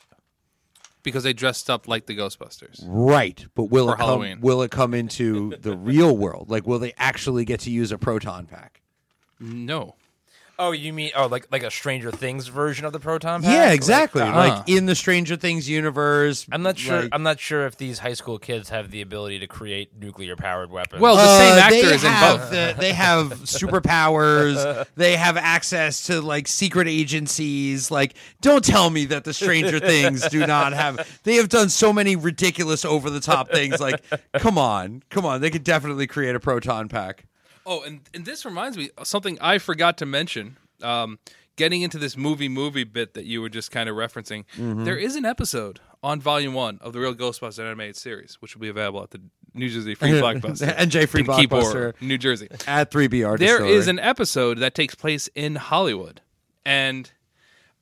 Speaker 3: because they dressed up like the Ghostbusters.
Speaker 4: Right, but will
Speaker 3: For
Speaker 4: it come,
Speaker 3: Halloween.
Speaker 4: will it come into the real world? Like, will they actually get to use a proton pack? Mm-hmm.
Speaker 3: No.
Speaker 5: Oh, you mean oh like like a Stranger Things version of the proton? pack?
Speaker 4: Yeah, exactly.
Speaker 5: Like, uh,
Speaker 4: Like in the Stranger Things universe.
Speaker 5: I'm not sure.
Speaker 4: like-
Speaker 5: I'm not sure if these high school kids have the ability to create nuclear powered weapons.
Speaker 3: Well, the same
Speaker 4: Uh,
Speaker 3: actor
Speaker 4: they
Speaker 3: is in
Speaker 4: have
Speaker 3: both.
Speaker 4: the- they have superpowers. They have access to like secret agencies. Like, don't tell me that the Stranger Things do not have. They have done so many ridiculous, over the top things. Like, come on, come on. They could definitely create a proton pack.
Speaker 3: Oh, and, and this reminds me of something I forgot to mention. Um, getting into this movie movie bit that you were just kind of referencing,
Speaker 4: Mm-hmm.
Speaker 3: there is an episode on Volume One of the Real Ghostbusters animated series, which will be available at the New Jersey Free Blockbuster
Speaker 4: NJ Free
Speaker 3: in Key Borough,
Speaker 4: Blockbuster.
Speaker 3: New Jersey.
Speaker 4: At three BR,
Speaker 3: There is an episode that takes place in Hollywood, and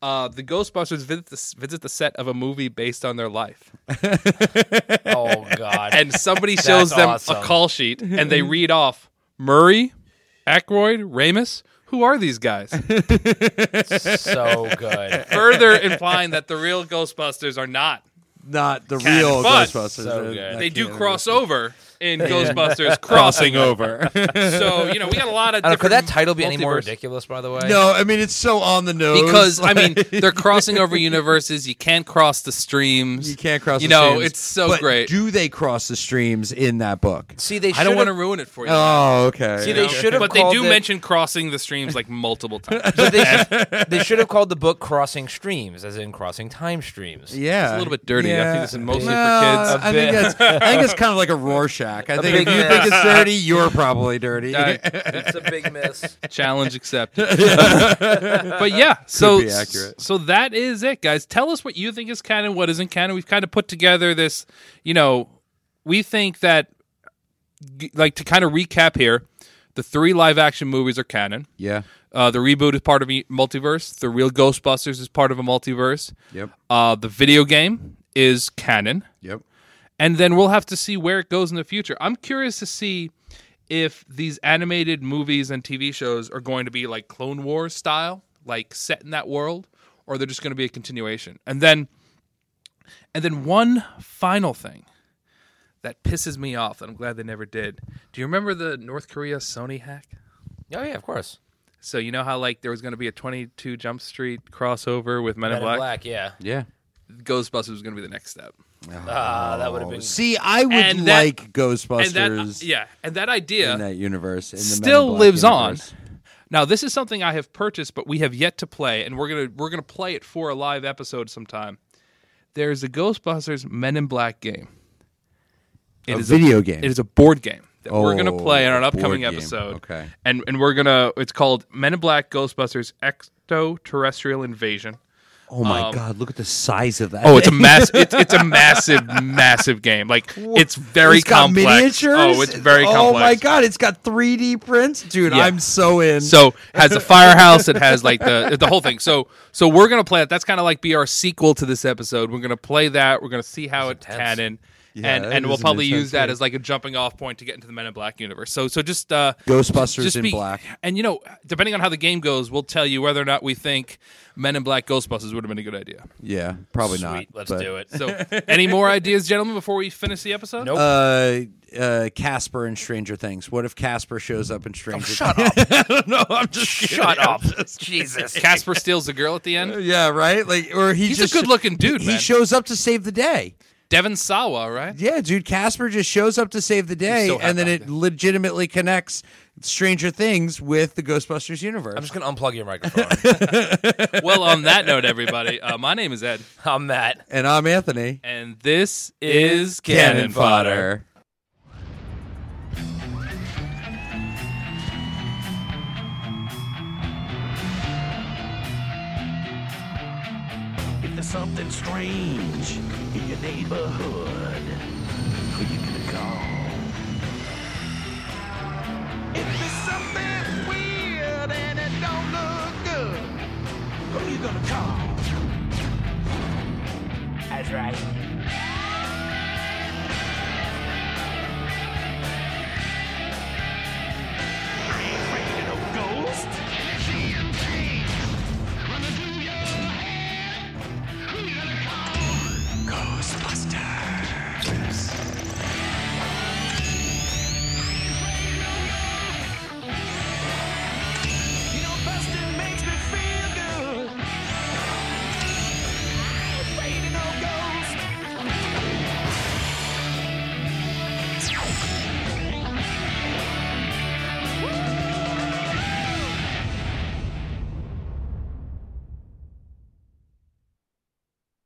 Speaker 3: uh, the Ghostbusters visit the, visit the set of a movie based on their life,
Speaker 5: oh god.
Speaker 3: and somebody
Speaker 5: That's
Speaker 3: shows them
Speaker 5: awesome.
Speaker 3: a call sheet, and they read off Murray, Aykroyd, Ramus. Who are these guys?
Speaker 5: so good.
Speaker 3: Further implying that the real Ghostbusters are not.
Speaker 4: not the real
Speaker 3: but-
Speaker 4: Ghostbusters.
Speaker 5: So
Speaker 4: They're
Speaker 5: good.
Speaker 4: not
Speaker 3: They do
Speaker 4: canon.
Speaker 3: cross over in Ghostbusters crossing over. so you know we got a lot of.
Speaker 5: I don't know, could that
Speaker 3: different
Speaker 5: title be any more
Speaker 3: multiverse-
Speaker 5: ridiculous? By the way,
Speaker 4: No, I mean it's so on the nose
Speaker 3: because I mean
Speaker 4: like-
Speaker 3: they're crossing over universes. You can't cross the streams.
Speaker 4: You can't cross.
Speaker 3: You
Speaker 4: the
Speaker 3: know
Speaker 4: streams.
Speaker 3: it's so
Speaker 4: But
Speaker 3: great.
Speaker 4: Do they cross the streams in that book?
Speaker 5: See, they.
Speaker 3: I don't want to
Speaker 5: should've-
Speaker 3: ruin it for you.
Speaker 4: Oh, okay.
Speaker 5: See, they should have.
Speaker 3: but they do
Speaker 5: it,
Speaker 3: mention crossing the streams like multiple times.
Speaker 5: But they, should- they should have called the book "Crossing Streams," as in crossing time streams.
Speaker 4: yeah,
Speaker 3: It's a little bit dirty. I think this is mostly
Speaker 4: Well,
Speaker 3: for kids.
Speaker 4: I think that's I think it's kind of like a Rorschach. I think if you think it's dirty, you're probably dirty.
Speaker 3: Uh,
Speaker 5: it's a big miss.
Speaker 3: Challenge accepted. but yeah, so
Speaker 4: Could be accurate.
Speaker 3: so that is it, guys. Tell us what you think is canon, what isn't canon. We've kind of put together this, you know, we think that g- like to kind of recap here, the three live action movies are canon.
Speaker 4: Yeah.
Speaker 3: Uh, the reboot is part of a multiverse. The real Ghostbusters is part of a multiverse.
Speaker 4: Yep.
Speaker 3: Uh, the video game is canon.
Speaker 4: Yep.
Speaker 3: And then we'll have to see where it goes in the future. I'm curious to see if these animated movies and TV shows are going to be like Clone Wars style, like set in that world, or they're just going to be a continuation. And then and then one final thing that pisses me off that I'm glad they never did. Do you remember the North Korea Sony hack?
Speaker 5: Oh yeah, of course.
Speaker 3: So you know how like there was going to be a 22 Jump Street crossover with Men,
Speaker 5: Men
Speaker 3: in
Speaker 5: in
Speaker 3: Black?
Speaker 5: Black, yeah.
Speaker 4: Yeah.
Speaker 3: Ghostbusters was going to be the next step.
Speaker 5: Ah, that would have been.
Speaker 4: See, I would
Speaker 3: And that-
Speaker 4: like
Speaker 3: And that,
Speaker 4: Ghostbusters
Speaker 3: yeah, and that idea
Speaker 4: in that universe. In the Men in
Speaker 3: still
Speaker 4: Black
Speaker 3: lives
Speaker 4: universe.
Speaker 3: on. Now, this is something I have purchased, but we have yet to play, and we're gonna we're gonna play it for a live episode sometime. There's a Ghostbusters Men in Black game. It
Speaker 4: A
Speaker 3: is
Speaker 4: video game.
Speaker 3: It is a board game that we're gonna
Speaker 4: Oh,
Speaker 3: play on an
Speaker 4: a
Speaker 3: upcoming
Speaker 4: board game.
Speaker 3: episode.
Speaker 4: Okay.
Speaker 3: and and we're gonna it's called Men in Black Ghostbusters Extraterrestrial Invasion.
Speaker 4: Oh my
Speaker 3: Um,
Speaker 4: god! Look at the size of that.
Speaker 3: Oh, it's a mass. It's, it's a massive, massive game. Like it's very
Speaker 4: It's got
Speaker 3: complex.
Speaker 4: miniatures?
Speaker 3: Oh, it's very
Speaker 4: Oh
Speaker 3: complex.
Speaker 4: my god! It's got 3D prints, dude.
Speaker 3: Yeah.
Speaker 4: I'm so in.
Speaker 3: So has the firehouse. It has like the the whole thing. So so we're gonna play it. That's kind of like be our sequel to this episode. We're gonna play that. We're gonna see how it
Speaker 5: intense.
Speaker 3: canon.
Speaker 4: Yeah,
Speaker 3: and
Speaker 4: that
Speaker 3: and we'll
Speaker 4: is an
Speaker 3: probably
Speaker 4: intense
Speaker 3: use that
Speaker 4: game.
Speaker 3: as like a jumping off point to get into the Men in Black universe. So so just uh,
Speaker 4: Ghostbusters
Speaker 3: just
Speaker 4: in
Speaker 3: be-
Speaker 4: black.
Speaker 3: And you know, depending on how the game goes, we'll tell you whether or not we think Men in Black Ghostbusters would have been a good idea.
Speaker 4: Yeah, probably
Speaker 5: Sweet,
Speaker 4: not.
Speaker 5: let's
Speaker 4: but-
Speaker 5: do it.
Speaker 3: So any more ideas, gentlemen, before we finish the episode?
Speaker 5: Nope.
Speaker 4: Uh, uh, Casper and Stranger Things. What if Casper shows up in
Speaker 3: Oh,
Speaker 4: Stranger?
Speaker 5: Shut
Speaker 4: Things?
Speaker 5: up!
Speaker 4: no, I'm just
Speaker 5: Shut up! Jesus.
Speaker 3: Casper steals the girl at the end.
Speaker 4: Yeah, right. Like, or he
Speaker 3: He's a
Speaker 4: just
Speaker 3: good-looking dude,
Speaker 4: He,
Speaker 3: man.
Speaker 4: shows up to save the day.
Speaker 3: Devin Sawa, right?
Speaker 4: Yeah, dude. Casper just shows up to save the day,
Speaker 3: so
Speaker 4: and then
Speaker 3: happy.
Speaker 4: it legitimately connects Stranger Things with the Ghostbusters universe.
Speaker 5: I'm just gonna unplug your microphone.
Speaker 3: Well, on that note, everybody, uh, my name is Ed,
Speaker 5: I'm Matt.
Speaker 4: and I'm Anthony.
Speaker 3: and this is Cannon Fodder.
Speaker 12: If there's something strange in your neighborhood, who you gonna call? If there's something weird and it don't look good, who you gonna call? That's right. Are you afraid of ghosts? Running through your head. Ghostbusters.